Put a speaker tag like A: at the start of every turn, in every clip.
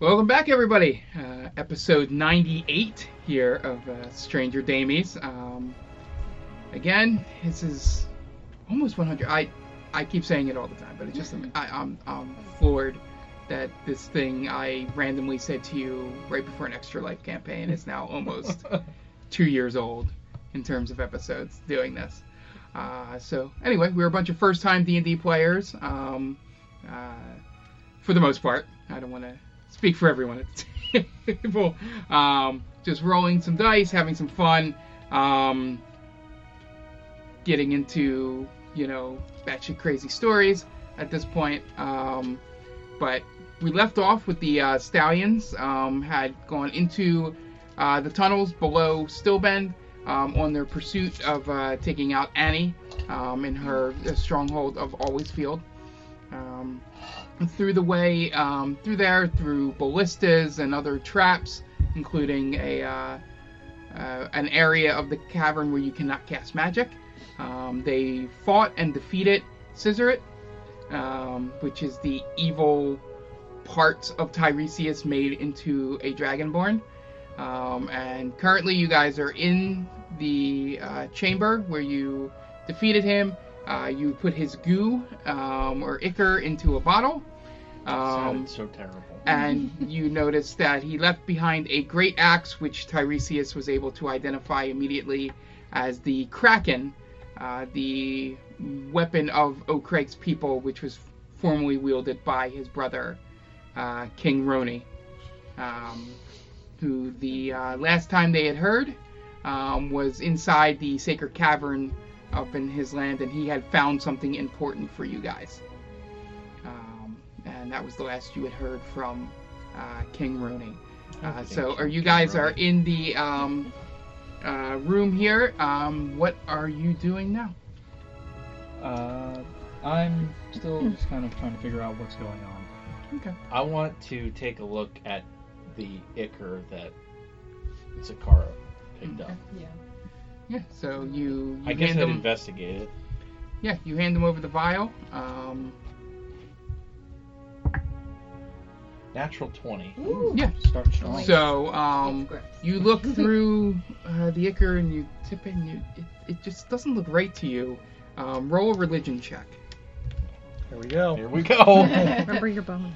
A: Welcome back, everybody. Uh, episode 98 here of uh, Stranger Damies. Um, again, this is almost 100. I I keep saying it all the time, but it's just I, I'm I'm floored that this thing I randomly said to you right before an Extra Life campaign is now almost two years old in terms of episodes doing this. Uh, so anyway, we're a bunch of first-time D&D players, um, uh, for the most part. I don't want to speak for everyone at the table. Um, just rolling some dice, having some fun, um, getting into you know batshit crazy stories at this point. Um, but we left off with the uh, stallions um, had gone into uh, the tunnels below Stillbend um, on their pursuit of uh, taking out Annie um, in her stronghold of Always Field. Um, through the way um, through there through ballistas and other traps including a uh, uh, an area of the cavern where you cannot cast magic um, they fought and defeated scissorit um, which is the evil parts of tiresias made into a dragonborn um, and currently you guys are in the uh, chamber where you defeated him uh, you put his goo um, or ichor into a bottle, um,
B: Sounded so terrible.
A: and you notice that he left behind a great axe, which Tiresias was able to identify immediately as the kraken, uh, the weapon of O'Craig's people, which was formerly wielded by his brother, uh, King Roni, um, who the uh, last time they had heard um, was inside the sacred cavern up in his land, and he had found something important for you guys. Um, and that was the last you had heard from uh, King Rooney. Uh, so, are you guys are in the um, uh, room here? Um, what are you doing now?
B: Uh, I'm
C: Hmm.
B: still just kind of trying to figure out what's going on.
A: Okay.
B: I want to take a look at the ichor that Zakara picked up.
D: Yeah.
A: Yeah. So you, you
B: I guess
A: hand
B: I'd
A: them.
B: investigate it.
A: yeah, you hand them over the vial. Um,
B: Natural 20.
D: Ooh.
A: yeah.
B: Start
C: Oh
B: strong.
D: Nice.
A: So um,
D: That's gross.
A: you look through uh, the ichor and you tip it, and you it, it just doesn't look right to you. Um, roll a religion check.
E: Here we go.
B: Here we go. That
C: Remember your bonus.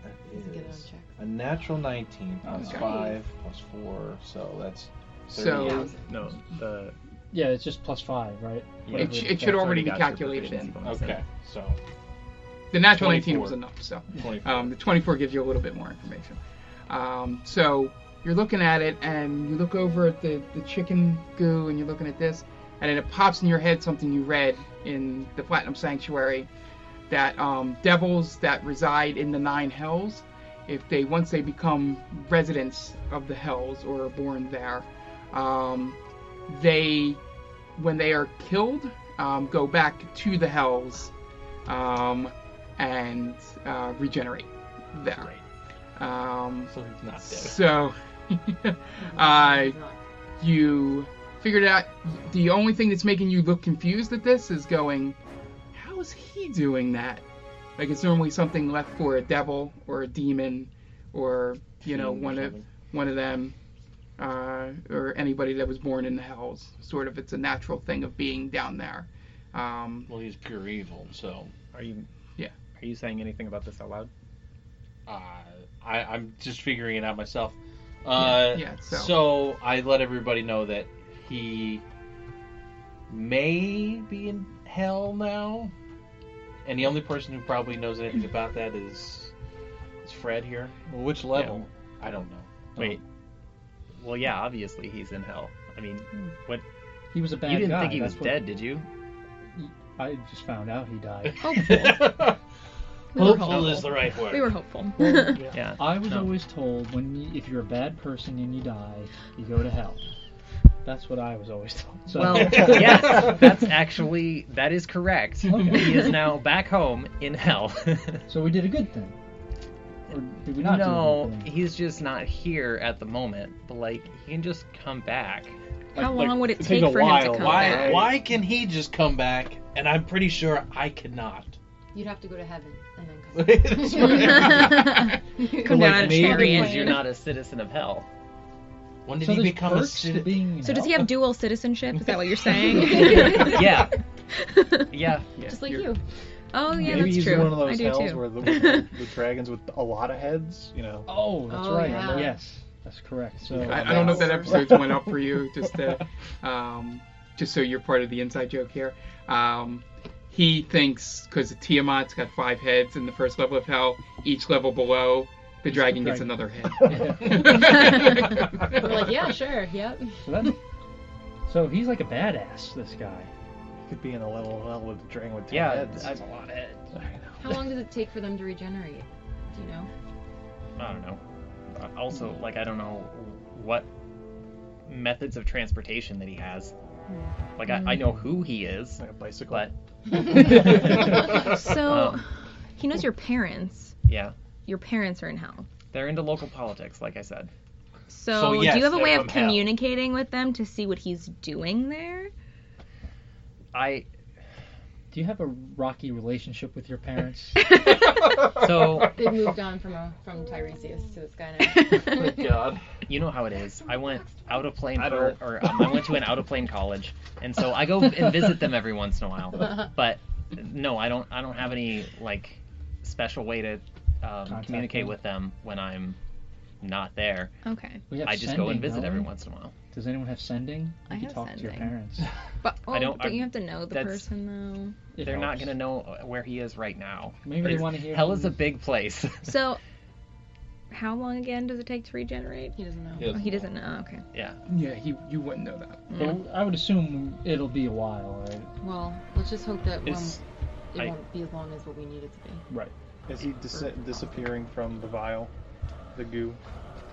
D: Get it on
B: is
D: check.
B: a natural 19 plus
A: Okay.
B: 5 plus 4, so that's.
A: So
B: 38.
E: No, the
F: Yeah, it's just plus five, right?
B: Yeah.
A: it,
F: Whatever
A: sh-
F: the
A: it should
F: dex-
A: already be
E: That's already
A: calculated
E: got your
A: in.
E: proficiency
B: Okay, so
A: The natural 18
B: 24.
A: was enough, so
B: 24.
A: um, the 24 gives you a little bit more information. Um, so you're looking at it and you look over at the, the chicken goo and you're looking at this, and then it pops in your head something you read in the Platinum Sanctuary that um, devils that reside in the nine hells, if they once they become residents of the hells or are born there, um, they when they are killed um, go back to the hells um, and uh, regenerate there. Um,
B: so he's not dead.
A: so uh, you figured out the only thing that's making you look confused at this is going, how is he doing that? Like it's normally something left for a devil or a demon, or you know
B: Fiend or
A: one of
B: something.
A: one of them, uh, or anybody that was born in the hells. Sort of, it's a natural thing of being down there. Um,
B: Well, he's pure evil, so
E: Are you?
A: Yeah.
E: Are you saying anything about this out loud?
B: uh, I, I'm just figuring it out myself. Uh,
A: yeah, so-
B: so. I let everybody know that he may be in hell now, and the only person who probably knows anything about that is is Fred here.
E: Well, which
B: level? I don't know.
E: Wait. Well, yeah. Obviously, he's in hell. I mean, what?
F: He was a bad guy.
D: You didn't think he was
F: that's what-
D: dead, did you?
F: I just found out he died.
C: We were
B: Hopeful is the right word.
C: We were hopeful.
E: Yeah.
F: I was
E: No.
F: always told when you, if you're a bad person and you die, you go to hell. That's what I was always told. So,
D: Well, yes, that's actually that is correct. He is now back home in hell.
F: so we did a good thing, or did we not?
D: no,
F: do a good thing?
D: he's just not here at the moment. But like, he can just come back.
C: How
B: Like,
C: long would it
F: it
C: take
F: takes a
C: for him
F: while.
C: to come
B: why?
C: back?
B: Why can he just come back, and I'm pretty sure I cannot.
G: You'd have to go to heaven and then come.
B: That's right.
C: Come down on a
D: maybe
C: chariot.
D: because you're not a citizen of hell.
B: when did
F: So
B: he
F: there's
B: become a
F: perks to
B: citizen?
F: being in
C: So does he
F: hell?
C: have dual citizenship? Is that what you're saying?
D: Yeah, yeah.
A: yeah,
C: Just like
A: you're-
C: you. Oh yeah,
E: Maybe
C: that's
E: he's
C: true.
E: one of those
C: I do
E: hells
C: too.
E: where the, the dragons with a lot of heads. You know.
F: Oh, that's
G: Oh,
F: right.
G: yeah.
F: Yes, that's correct. So
A: I, I don't know if that episode's went up for you, just to, um, just so you're part of the inside joke here. Um, he thinks because Tiamat's got five heads in the first level of hell, each level below, the dragon gets
F: dragon.
A: another head.
G: We're like, yeah, sure, yep.
F: So, that- so he's like a badass. This guy.
E: Could be in a level of hell with a dragon with ten
D: Yeah,
E: heads.
D: that's a lot of heads.
G: How long does it take for them to regenerate? Do you know?
D: I don't know. Uh, Also, like, I don't know what methods of transportation that he has. Like, I, I know who he is,
E: like a bicycle.
D: but
C: So
D: Um.
C: he knows your parents.
D: yeah,
C: Your parents are in hell.
D: they're into local politics, like I said.
C: So,
B: So, yes,
C: do you have a
B: they're
C: way of
B: from hell.
C: communicating with them to see what he's doing there?
D: I
F: Do you have a rocky relationship with your parents?
D: so
G: They moved on from a, from Tiresias to this guy now.
B: God.
D: you know how it is. I went out of plane
E: I
D: for,
E: don't.
D: or um, I went to an out of plane college, and so I go and visit them every once in a while. But no, I don't. I don't have any like special way to um,
F: Contact
D: communicate
F: them.
D: with them when I'm not there.
C: Okay.
F: We have
D: I just go
F: sending,
D: and visit
F: don't
D: every
F: we?
D: once in a while.
F: Does anyone have sending? You
C: I
F: can
C: have
F: talk to your
C: sending.
F: parents.
C: But oh,
D: I don't-
C: but
D: I-
C: you have to know the
D: that's-
C: person
F: It
D: They're not
F: helps.
D: gonna know uh, where he is right now.
F: Maybe they want to hear.
D: Hell
F: from
D: is a
F: you.
D: big place.
C: though. So how long again does it take to regenerate?
G: he doesn't know.
B: Yeah.
C: Oh, he doesn't know. Okay.
D: yeah.
A: yeah, he, you wouldn't know that.
F: But I would assume it'll be a while, right?
G: Well, let's just hope that one,
D: It's-
G: it
D: I-
G: won't be as long as what we need it to be.
E: Is he dis- disappearing from the vial? The goo.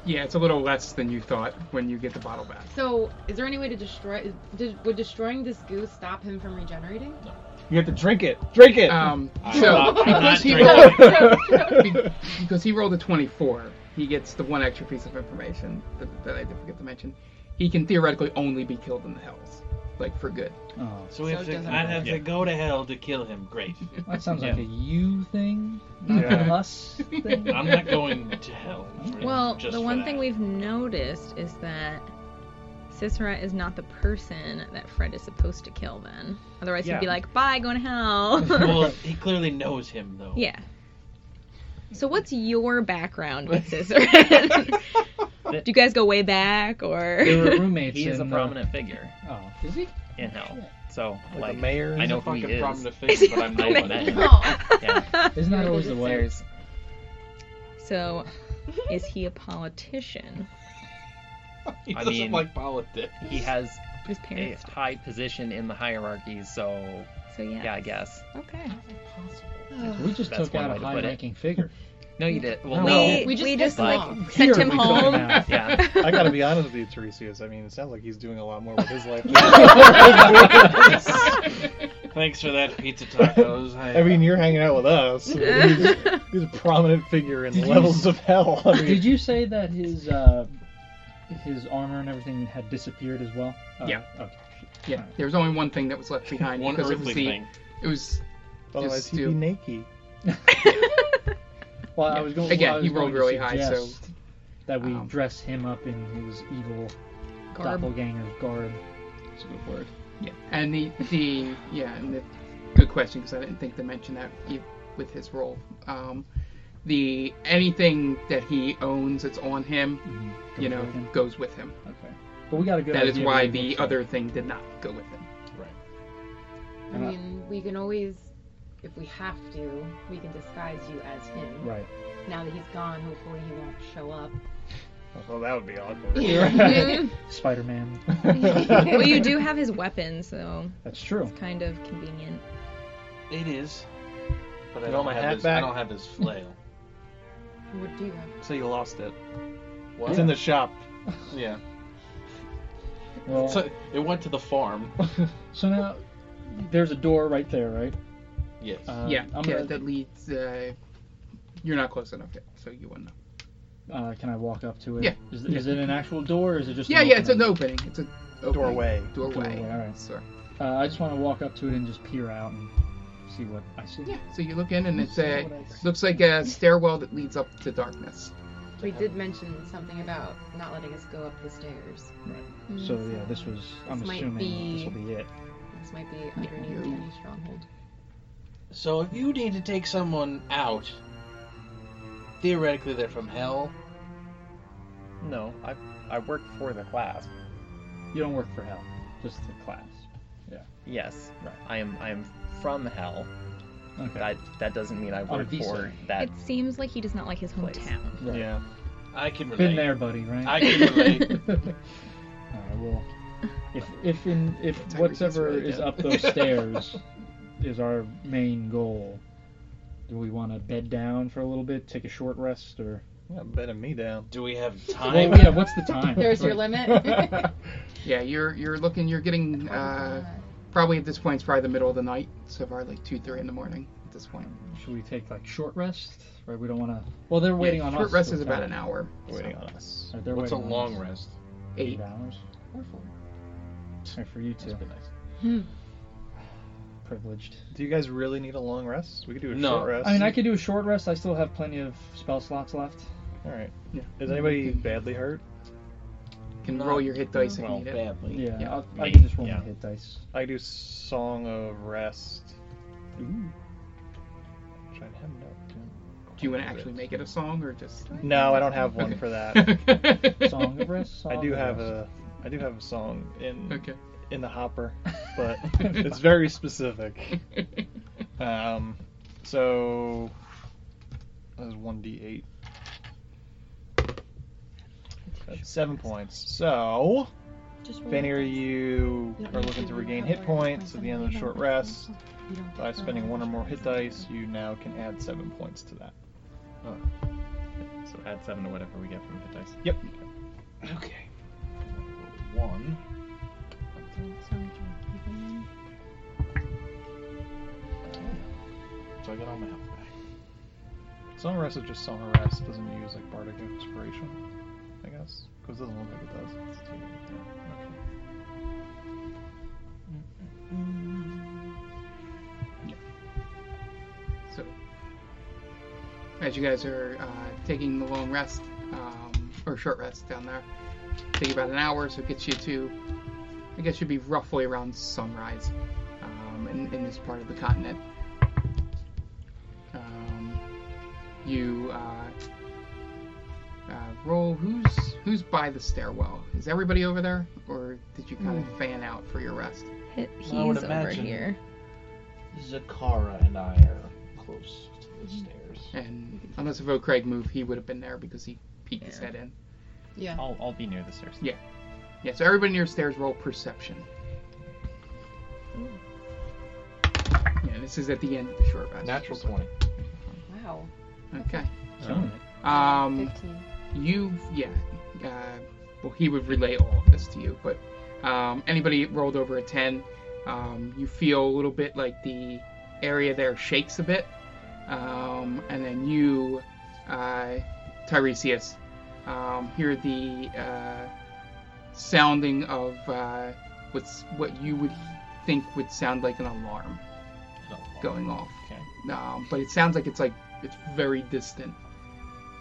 A: Yeah, it's a little less than you thought when you get the bottle back.
G: So, is there any way to destroy? Is, did, would destroying this goo stop him from regenerating?
E: You have to drink it. Drink it.
A: Um,
B: I'm
A: so
B: not- Uh, I'm
A: because
B: not
A: he
B: drinking.
A: rolled, be- because he rolled a 24, he gets the one extra piece of information that, that I did forget to mention. He can theoretically only be killed in the hells, like for good.
F: Oh,
B: So we
G: So
B: have
G: it
B: to,
G: doesn't
B: I'd have
E: Yeah.
B: to go to hell to kill him. Great.
F: that sounds
D: Yeah.
F: like a you thing, not
E: Yeah.
F: a us thing.
B: I'm not going to hell. for-
C: Well,
B: just
C: the
B: for
C: one
B: that.
C: thing we've noticed is that Sisera is not the person that Fred is supposed to kill then. Otherwise he'd be
D: Yeah.
C: like, Bye, going to hell.
B: Well, he clearly knows him though.
C: yeah. So what's your background with Sisera? Do you guys go way back or
F: They were roommates.
D: He is a
F: in, uh,
D: prominent figure
F: Oh, is he?
D: in hell. So
E: Like
D: like
E: the mayor
D: I
E: is
D: know
B: He's a
D: who he
B: fucking
D: is.
B: prominent figure, but I'm not
D: I know
B: one.
D: that. Yeah.
F: Isn't that always the way?
D: There's
C: So is he a politician?
B: He
D: I
B: doesn't
D: mean-
B: like politics.
D: he has
C: His
D: a
C: parents.
D: high position in the hierarchy, so
C: So yeah.
D: yeah, I guess.
C: Okay.
F: We just
D: That's
F: took
D: one
F: out
D: way
F: a
D: to put it.
F: high-ranking figure.
D: No, you did. Well,
C: We,
D: no.
C: we
G: We
C: just,
G: just pissed him
C: like
G: off.
C: sent him
F: Here we go
C: home.
F: now.
D: Yeah.
E: I gotta be honest with you, Tiresias. I mean, it sounds like he's doing a lot more with his life. than-
B: Thanks for that pizza tacos. I,
E: I mean, you're hanging out with us. He's, he's a prominent figure in
F: Did you-
E: levels of hell. I mean,
F: Did you say that his uh, his armor and everything had disappeared as well? Oh,
A: Yeah.
F: Okay.
A: Yeah, there was only one thing that was left behind
B: one
A: because it was
B: earthly
A: the
B: thing.
A: it was
E: otherwise
A: just
E: he'd
A: do-
E: be naked.
F: Well,
A: Yeah.
F: I was going.
A: Again,
F: well, I
A: he
F: was
A: rolled
F: going to
A: really high, so-
F: suggest that we
A: Um,
F: dress him up in his evil
C: Garb.
F: doppelganger's garb. That's a good word.
A: Yeah, and the the yeah, and the good question because I didn't think to mention that e- with his role. Um, the anything that he owns that's on him,
F: Mm-hmm. Goes
A: you know,
F: with him.
A: goes with him.
F: Okay. But we got a good.
A: that is
F: idea
A: why
F: what he
A: the
F: looks
A: other
F: like.
A: thing did not go with him.
B: Right.
G: I
F: Uh,
G: mean, we can always, if we have to, we can disguise you as him.
F: Right.
G: Now that he's gone, hopefully he won't show up.
E: Well, that would be awkward.
C: Mhm.
F: Spider-Man.
C: well, you do have his weapon, so
F: That's true.
C: it's kind of convenient.
B: It is. But I
E: You
B: don't,
E: want my
B: have
E: hat
B: his, I
E: back?
B: don't have his flail.
G: What do you have?
E: So you lost it.
B: What?
E: It's in the shop.
B: Yeah.
F: Well, so,
B: So it went to the farm.
F: now there's a door right there, right?
B: Yes.
F: Uh,
A: yeah,
F: I'm
A: yeah,
F: gonna-
A: that leads. Uh, you're not close enough yet, so you wouldn't know.
F: Uh, can I walk up to it?
A: Yeah.
F: Is, is it an actual door, or is it just?
A: Yeah,
F: an
A: yeah, it's an
F: opening?
A: opening. It's a opening.
E: Doorway.
A: Doorway.
F: Doorway, alright.
A: Sure.
F: Uh, I just want to walk up to it and just peer out and see what I see.
A: Yeah. So you look in, and it's
F: See
A: a
F: what I see.
A: looks like a stairwell that leads up to darkness.
G: We did mention something about not letting us go up the stairs.
F: So yeah, this was. I'm
G: This might
F: assuming
G: be-
F: this will be it.
G: This might be underneath
A: you-
G: any stronghold.
B: So if you need to take someone out, theoretically they're from hell.
D: No, I I work for the class.
F: You don't work for hell, just the class.
D: Yes, I am I am from hell.
F: Okay.
D: That that doesn't mean I work
F: visa.
D: for that.
C: It seems like he does not like his
D: Place.
C: hometown.
F: Right.
E: Yeah.
B: I can relate.
F: Been there, buddy. Right.
B: I can relate.
F: All right. Well, if if in if
A: Tiger Woods
F: whatever
A: really
F: is
A: dead.
F: up those stairs is our main goal, do we want to bed down for a little bit, take a short rest, or?
E: yeah better me down.
B: Do we have
F: Well,
B: time?
F: yeah. What's the time?
G: There's your limit.
A: Yeah, you're you're looking. You're getting uh, probably at this point. It's probably the middle of the night, so probably like two, three in the morning at this point.
F: Should we take like short rest? Right. We don't want to. Well, they're waiting
A: yeah,
F: on
A: short
F: us.
A: rest
F: till
A: is about
F: time.
A: an hour.
D: Waiting on us.
F: Right, they're
B: What's a
F: waiting on
B: long
F: us.
B: rest?
A: Eight.
F: Eight hours.
B: Or four.
F: Right, for you two,
B: That'd be nice.
F: Hmm. privileged.
E: Do you guys really need a long rest? We could do a
B: No.
E: short rest.
F: I mean, I could do a short rest. I still have plenty of spell slots left.
E: All right.
A: Yeah.
E: Is anybody badly hurt?
A: Can
B: Not-
A: roll your hit dice if you
E: well,
A: need it.
B: Badly.
F: Yeah,
A: Yeah.
F: I'll, I
E: Me,
F: can just roll
E: yeah.
F: my hit dice.
E: I do Song of Rest. Which I have no.
A: Do you want to actually make it a song or just?
E: No, I don't have one
A: Okay.
E: for that.
F: Song of rest. Song
E: I do
F: of
E: have
F: rest.
E: a. I do have a song in
A: Okay.
E: in the hopper, but it's very specific. Um, so that was one d eight. That's seven points. So, Vanir, you are looking to regain hit points at the end of the short rest. By spending one or more hit dice, you now can add seven points to that.
D: So add seven to whatever we get from hit dice.
E: Yep.
B: Okay. One. So I got all my health back.
E: Song of Rest is just Song of Rest. Doesn't use like bardic inspiration, I guess, because it doesn't look like it does. It's too- okay.
A: So, as you guys are uh, taking the long rest um, or short rest down there, take about an hour, so it gets you to, I guess, should be roughly around sunrise um, in, in this part of the continent. Um, you uh, uh, roll. Who's who's by the stairwell? Is everybody over there, or did you kind of fan out for your rest?
C: He- He's
B: I would
C: over
B: imagine.
C: here.
B: Zakara and I are close to the
F: Mm-hmm.
B: stairs.
A: And unless if Craig moved, he would have been there because he peeked his
C: Yeah.
A: head in.
G: yeah.
D: I'll I'll be near the stairs.
A: Yeah, so everybody near stairs roll perception. Yeah, this is at the end of the short rest.
B: Natural twenty.
G: Wow.
A: Okay.
F: Killing it.
A: Um,
G: 15.
A: you, yeah. Uh, well, he would relay all of this to you, but um, anybody rolled over a ten, um, you feel a little bit like the area there shakes a bit, um, and then you, uh, Tiresias, um, hear the uh, sounding of uh, what's what you would think would sound like an alarm. going off.
B: Okay.
A: Um, but it sounds like it's like it's very distant,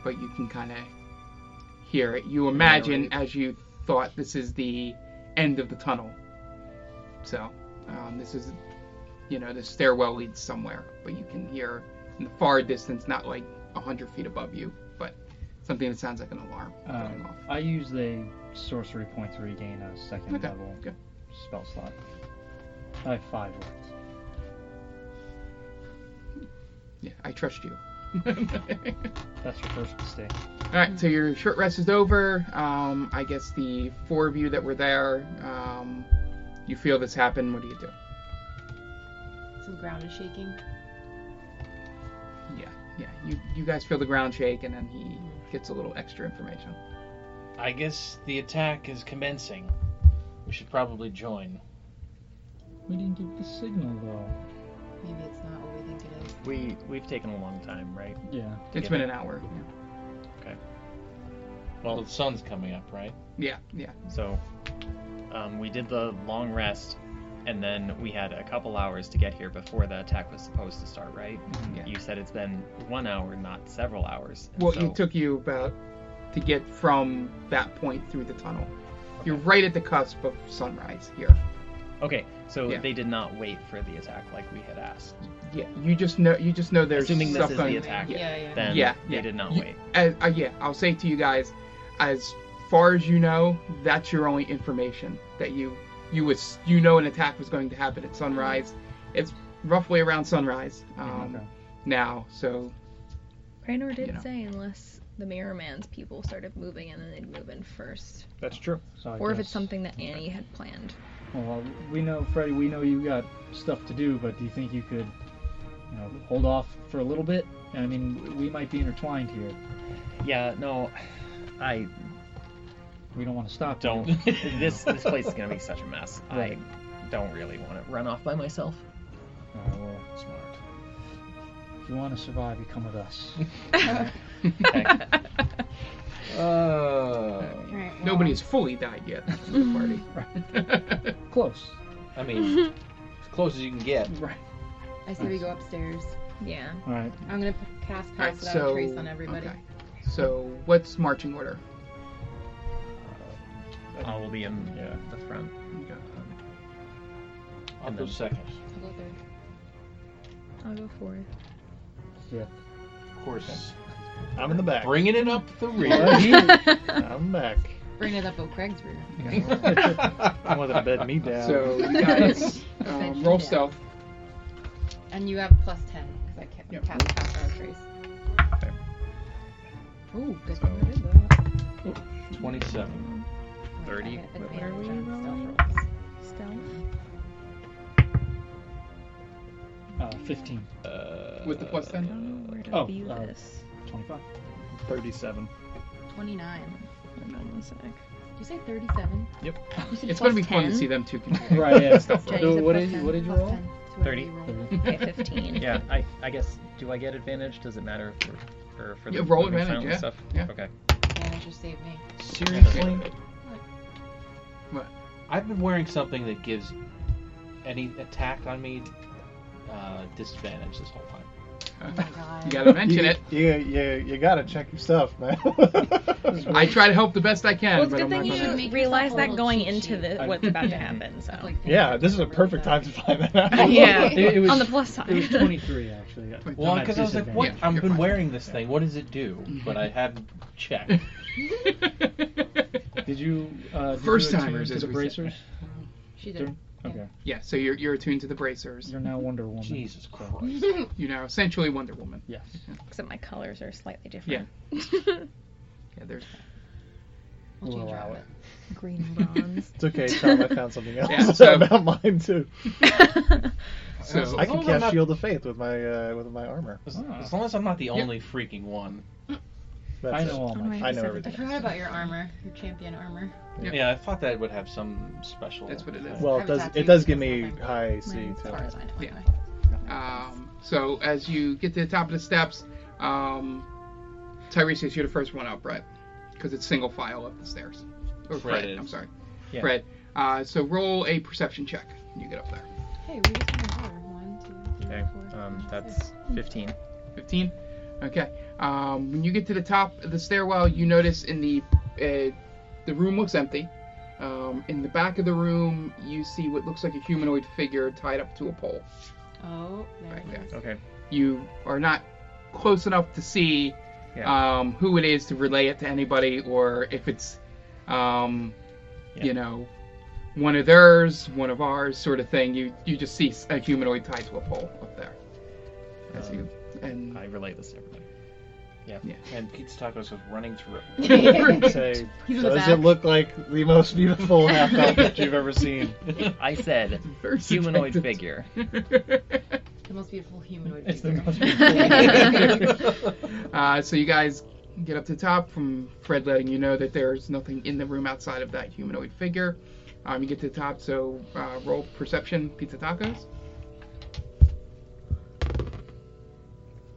A: but you can kind of hear it. You imagine as you thought this is the end of the tunnel. So um, this is, you know, the stairwell leads somewhere, but you can hear in the far distance, not like hundred feet above you, but something that sounds like an alarm
F: Uh,
A: going off.
F: I used a sorcery point to regain a second
A: Okay,
F: level
A: okay.
F: spell slot. I have five words.
A: Yeah, I trust you.
F: That's your first mistake.
A: All right, so
D: Mm-hmm.
A: your short rest is over. Um, I guess the four of you that were there, um, you feel this happen. What do you do?
G: So the ground is shaking.
A: Yeah, yeah. You you guys feel the ground shake, and then he gets a little extra information.
B: I guess the attack is commencing. We should probably join.
F: We didn't get the signal though.
G: Maybe it's not what we think it is.
D: We we've taken a long time, right?
F: Yeah.
A: It's
D: Yeah.
A: been an hour.
B: Well,
D: Well,
B: the sun's coming up, right?
A: Yeah, yeah.
D: so um, we did the long rest, and then we had a couple hours to get here before the attack was supposed to start, right?
A: yeah.
D: You said it's been one hour, not several hours. and
A: Mm-hmm. Well,
D: so,
A: it took you about to get from that point through the tunnel. You're right at the cusp of sunrise here.
D: Okay, so
A: Yeah.
D: they did not wait for the attack like we had asked.
A: Yeah, you just know you just know there's
D: Assuming this
A: stuff
D: is the
A: going.
D: attack.
A: Yeah,
G: Yeah, yeah.
D: Then
A: Yeah,
D: they
A: yeah.
D: did not
A: You-
D: wait.
A: as, uh, yeah, I'll say to you guys, as far as you know, that's your only information that you you was you know an attack was going to happen at sunrise. It's roughly around sunrise um,
F: okay.
A: now, so
C: Raynor did
A: You know.
C: say unless the Mirror Man's people started moving and then they'd move in first,
E: That's true.
F: So I
C: or if it's
F: guess-
C: something that Annie had planned.
F: Well, we know, Freddy, we know you got stuff to do, but do you think you could, you know, hold off for a little bit? I mean, we might be intertwined here.
D: Yeah, no, I
F: We don't want to stop. you.
D: don't. this this place is gonna be such a mess.
F: Right.
D: I don't really want to run off by myself.
F: Uh, well,
D: Smart.
F: if you want to survive, you come with us.
B: Uh,
G: Alright, well,
A: nobody's fully died yet from the party.
C: Mm-hmm.
F: Close.
B: I mean, as close as you can get.
F: Right.
G: I say we go upstairs.
C: yeah.
F: All right.
G: I'm gonna p- cast
A: All right,
G: pass without a
A: so
G: trace on everybody.
A: okay. So what's marching order?
D: I will be in the front.
A: Okay.
B: I'll go second.
G: I'll go third.
C: I'll go fourth.
B: Of course.
E: I'm in the back.
B: Bringing it up the rear.
E: Right. I'm back.
G: Bring it up, oh Craig's rear.
E: I wanted to bed me down.
A: So you guys um, roll stealth.
G: And you have plus ten because I can't
A: Yep.
G: cast pass without a trace.
A: Okay.
G: Ooh, good
D: So-
G: thing I did that.
B: 27.
G: Oh, I
D: 30?
G: get
D: What- what
C: are we
G: advantage on stealth
C: rolling? Stealth.
G: rolls.
F: Uh, 15.
B: Uh,
A: With the plus
C: I
A: 10?
C: don't know where to
F: Oh,
C: view
F: uh,
C: this.
F: 25.
E: 37.
G: 29.
C: Hold on one sec.
G: Did you say 37?
C: You said
A: It's going to be
C: plus
A: fun to
C: 10?
A: see them two compare.
F: Right, yeah.
A: Stealth roll.
F: So what did- what did you roll?
D: 30.
C: Okay, 15.
D: Yeah, I, I guess. Do I get advantage? Does it matter if we're, or for the
A: Yeah, roll
D: moving
A: advantage,
D: silent
A: yeah, yeah.
D: stuff? Okay.
G: Manager saved me.
B: Seriously?
A: What?
B: I've been wearing something that gives any attack on me uh, disadvantage this whole time.
G: Oh my god.
A: You got to mention it.
E: You, you, you gotta check your stuff, man.
A: I try to help the best I can,
C: Well, it's a
A: but I'm "Oh, not going
C: good thing
A: to.
G: gonna-
C: you
G: Make
C: realize
G: yourself a
C: that
G: little
C: going
G: cheat
C: into
G: sheet.
C: the,
F: I-
C: what's about to happen. So
E: yeah, this is a perfect time to find that out.
C: yeah,
F: It- it was-
C: on the plus side.
F: It was 23, actually.
B: Well,
F: I'm at
B: because I was like, what?
A: Yeah,
F: disadvantage.
A: Mm-hmm.
B: I've
A: you're
B: been
A: fine.
B: wearing this thing. What does it do? But I haven't checked.
F: Did you. Uh, did
A: First
F: you attune
A: timers,
F: to
A: as
F: the
A: we say.
F: bracers?
G: She did.
F: Okay.
A: yeah, so you're, you're attuned to the bracers.
F: You're now Wonder Woman.
B: Jesus
F: So,
B: Christ.
A: You're now essentially Wonder Woman.
F: Yes.
C: Except my colors are slightly different. Yeah.
A: Yeah, there's
G: We'll
F: We'll
G: change
F: allow
G: her
F: it.
G: outfit.
C: Green bronze.
E: It's okay, Tom. I found something else
A: Yeah, so-
E: about mine too.
A: so
E: I
B: As long as
E: can
B: I'm
E: cast
B: not-
E: Shield of Faith with my uh, with my armor.
B: As,
F: Ah.
B: as long as I'm not the only freaking one.
E: That's
F: I
E: it.
F: know all
C: On my
F: my.
E: I know
C: episode.
G: I
E: everything.
G: forgot about your armor, your champion armor.
A: Yep.
B: Yeah, I thought that would have some special.
A: that's what it is.
E: Well, it
G: Private
E: does
G: tattoo
E: it does
G: is
E: give me
G: nothing.
E: high C
C: Mine's
E: too.
G: As far as I know.
A: Yeah.
G: anyway.
A: Um, so as you get to the top of the steps, um, Tiresias, you're the first one up, Brett, because it's single file up the stairs. Or Fred,
B: Fred is.
A: I'm sorry,
D: Yeah.
A: Fred. Uh, so roll a perception check. when You get up there.
G: Hey, we just went over. One, two, three,
D: Okay, um, that's 15.
A: 15 okay um, when you get to the top of the stairwell you notice in the uh, the room looks empty um, in the back of the room you see what looks like a humanoid figure tied up to a pole
G: Oh, there
A: back
G: it
A: there
G: is.
D: Okay.
A: you are not close enough to see
D: Yeah.
A: um, who it is to relay it to anybody or if it's um,
D: Yeah.
A: you know one of theirs one of ours sort of thing you you just see a humanoid tied to a pole up there as you and
D: Um, I relay this to everybody.
B: And Pizza Tacos was running through it.
E: Say,
G: He's in the
E: does
G: back.
E: it look like the most beautiful half outfit you've ever seen?
D: I said humanoid figure.
G: the most beautiful humanoid
E: It's the
G: figure.
E: most beautiful.
A: uh, so you guys get up to the top from Fred letting you know that there's nothing in the room outside of that humanoid figure. Um, you get to the top, so uh, roll perception, pizza tacos.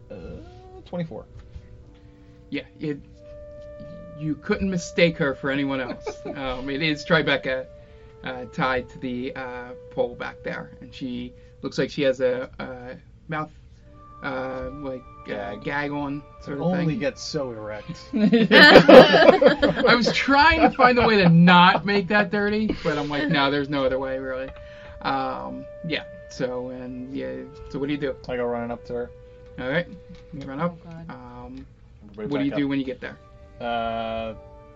E: uh, 24.
A: Yeah, it, you couldn't mistake her for anyone else. um, it is Tribeca uh, tied to the uh, pole back there, and she looks like she has a, uh mouth uh, like uh,
E: Gag.
A: gag on sort of
E: Only
A: thing.
E: gets so erect.
A: I was trying to find a way to not make that dirty, but I'm like, no, there's no other way, really. Um, yeah. So and yeah. So what do you do?
E: I go running up to her.
A: All right, you run
G: Oh
A: up.
G: god.
A: Um,
B: Everybody
A: what do you
B: back
A: do
B: up.
A: when you get there?
E: Uh,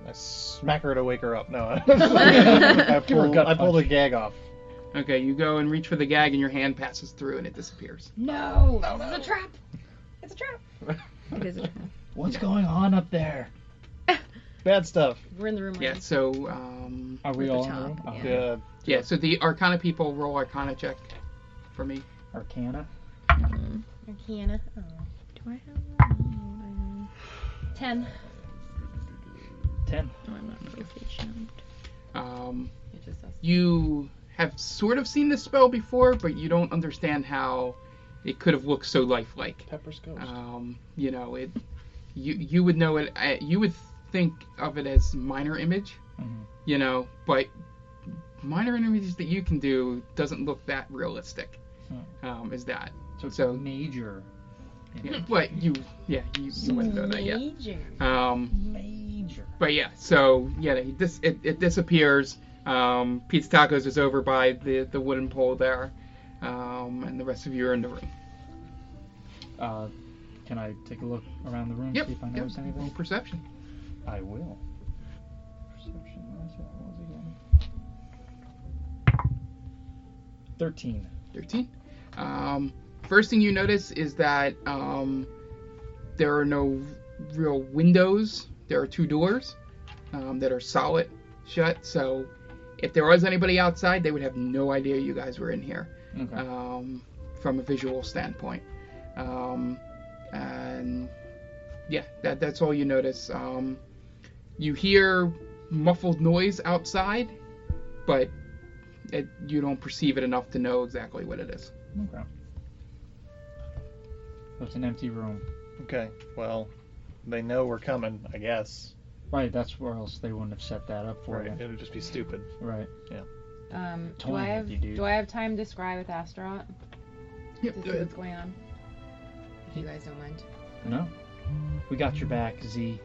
E: I smack her to wake her up. No, I
F: Give her a
E: pull,
F: gut
E: I pull the
F: punch.
E: gag off.
A: Okay, you go and reach for the gag, and your hand passes through, and it disappears.
G: No, it's a trap. It's a trap.
C: It is a trap.
F: What's going on up there?
E: Bad stuff.
G: We're in the room. right
A: Yeah. So um,
F: Are we
C: At the
F: all in
C: top,
F: the room?
C: yeah.
E: Uh,
A: yeah. So the Arcana people roll Arcana check for me.
F: Arcana?
C: Mm.
G: now. Arcana. Oh.
C: Do I have? No,
G: Ten.
F: 10.
C: I'm not proficient.
A: Um,
G: It just says.
A: you have sort of seen this spell before, but you don't understand how it could have looked so lifelike.
B: Pepper's Ghost.
A: Um, you know, it. You you would know it. uh, You would think of it as minor image.
B: Mm-hmm.
F: Mhm.
A: You know, but minor image that you can do doesn't look that realistic. Um, is that?
F: So it's
A: So-
F: major.
A: Yeah, but you, yeah, you, you wouldn't know that yet.
G: Major.
A: Um,
F: Major.
A: but yeah, so yeah, he dis- it, it disappears. Um, Pete's tacos is over by the the wooden pole there, um, and the rest of you are in the room.
F: Uh, can I take a look around the room,
A: Yep.
F: see if I
A: yep.
F: notice
A: roll
F: anything?
A: Perception.
F: I will. Perception, what is it? What was it again? 13.
A: 13. Um, first thing you notice is that um, there are no real windows. There are two doors um, that are solid shut. So if there was anybody outside, they would have no idea you guys were in here
F: Okay.
A: um, from a visual standpoint. Um, and yeah, that, that's all you notice. Um, you hear muffled noise outside, but it, you don't perceive it enough to know exactly what it is.
F: Okay. So it's an empty room.
E: okay. Well, they know we're coming. I guess.
F: Right, that's where else they wouldn't have set that up for
E: Right.
F: you.
E: It would just be stupid.
F: Right.
G: Um, do
F: Toying
G: I
F: with
G: have
F: you, dude.
G: do I have time to scry with Astaroth to see what's going on? If you guys don't mind.
F: No? We got your back, Z.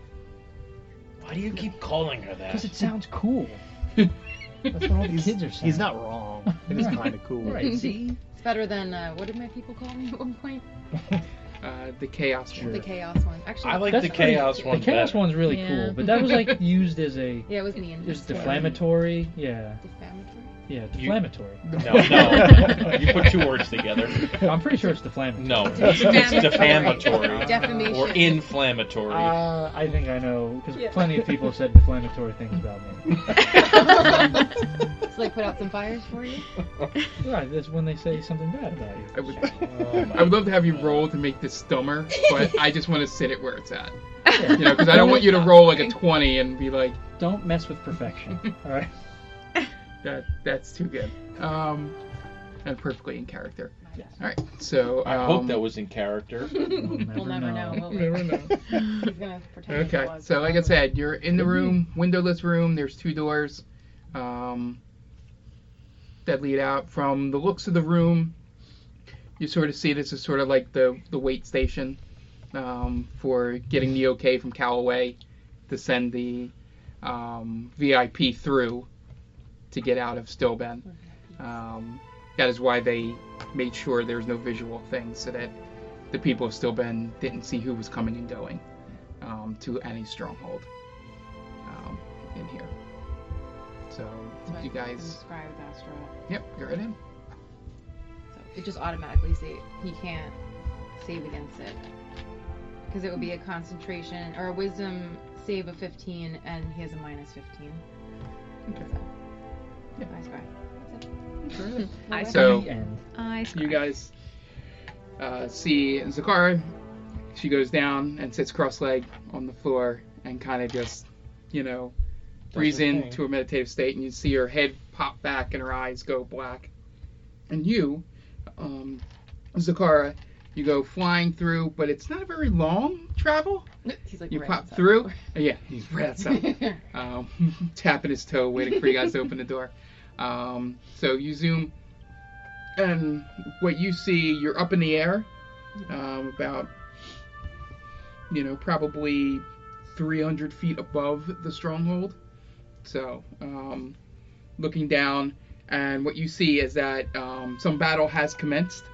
B: Why do you keep calling her that?
F: Because it sounds cool. That's what all the kids are saying.
E: He's not wrong. It is kind of cool.
F: Right, Z.
G: It's better than uh, what did my people call me at one point?
A: Uh, the chaos. one.
G: The chaos one. Actually,
B: I like
F: That's
B: the
F: pretty-
B: chaos
F: The
B: one.
F: chaos
B: better.
F: one's really
C: Yeah.
F: cool, but that was like used as a
G: Yeah, it was mean.
F: just deflammatory. Yeah,
G: Defamatory.
F: yeah,
B: You-
F: deflammatory.
B: No, no. you put two words together.
F: I'm pretty sure it's deflammatory.
B: No, it's defamatory.
G: Defamation.
B: Or inflammatory.
F: Uh, I think I know because
G: Yeah.
F: plenty of people have said deflammatory things about me.
G: So they put out some fires for you.
F: Right, that's when they say something bad about you.
A: I would, I would love to have you roll to make this dumber, but I just want to sit it where it's at.
F: Yeah.
A: You know, because I don't want you to roll like a 20 and be like,
F: Don't mess with perfection. All right.
A: that that's too good. Um, and perfectly in character.
F: Yes.
A: All right. So um,
B: I hope that was in character.
F: We'll never,
G: We'll never know. will we?
F: Never know.
G: He's gonna pretend. it
A: Okay,
G: was.
A: so like I said, you're in the room, windowless room. There's two doors um, that lead out. From the looks of the room, you sort of see this as sort of like the the wait station um, for getting the okay from Callaway to send the um, VIP through to get out of Stillben. Um, that is why they made sure there was no visual thing so that the people of Stillben didn't see who was coming and going um, to any stronghold um, in here. So
G: That's
A: you
G: what I can
A: guys,
G: Describe with Astaroth.
A: yep, you're right in.
G: So it just automatically save. He can't save against it because it would be a concentration or a wisdom save of 15, and he has a minus 15.
A: Okay.
G: So,
A: Yeah.
G: nice guy.
A: You're right in.
C: I
A: So-
F: The end.
C: I
A: you guys uh, see Zakara. She goes down and sits cross-legged on the floor and kind of just, you know, breathes
B: her thing.
A: into a meditative state. And you see her head pop back and her eyes go black. And you, um, Zakara, you go flying through, but it's not a very long travel.
G: He's like
A: You
G: right
A: pop
G: outside
A: through.
G: the
A: Yeah, he's right outside
G: door.
A: um, tapping his toe, waiting for you guys to open the door. Um, so you zoom, and what you see, you're up in the air, um, about, you know, probably 300 feet above the stronghold. So, um, looking down, and what you see is that um, some battle has commenced.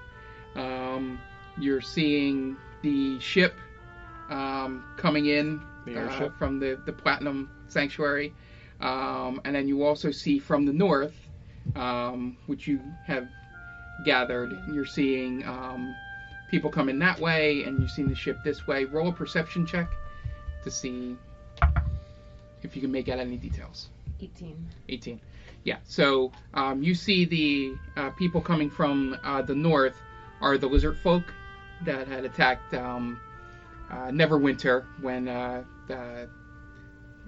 A: Um, you're seeing the ship um, coming in
E: The
A: uh,
E: airship.
A: from the, the Platinum Sanctuary. Um, and then you also see from the north, um, which you have gathered, you're seeing um, people coming that way, and you've seen the ship this way. Roll a perception check to see if you can make out any details.
G: 18.
A: 18. Yeah. So um, you see the uh, people coming from uh, the north are the lizard folk that had attacked um, uh, Neverwinter when uh, uh,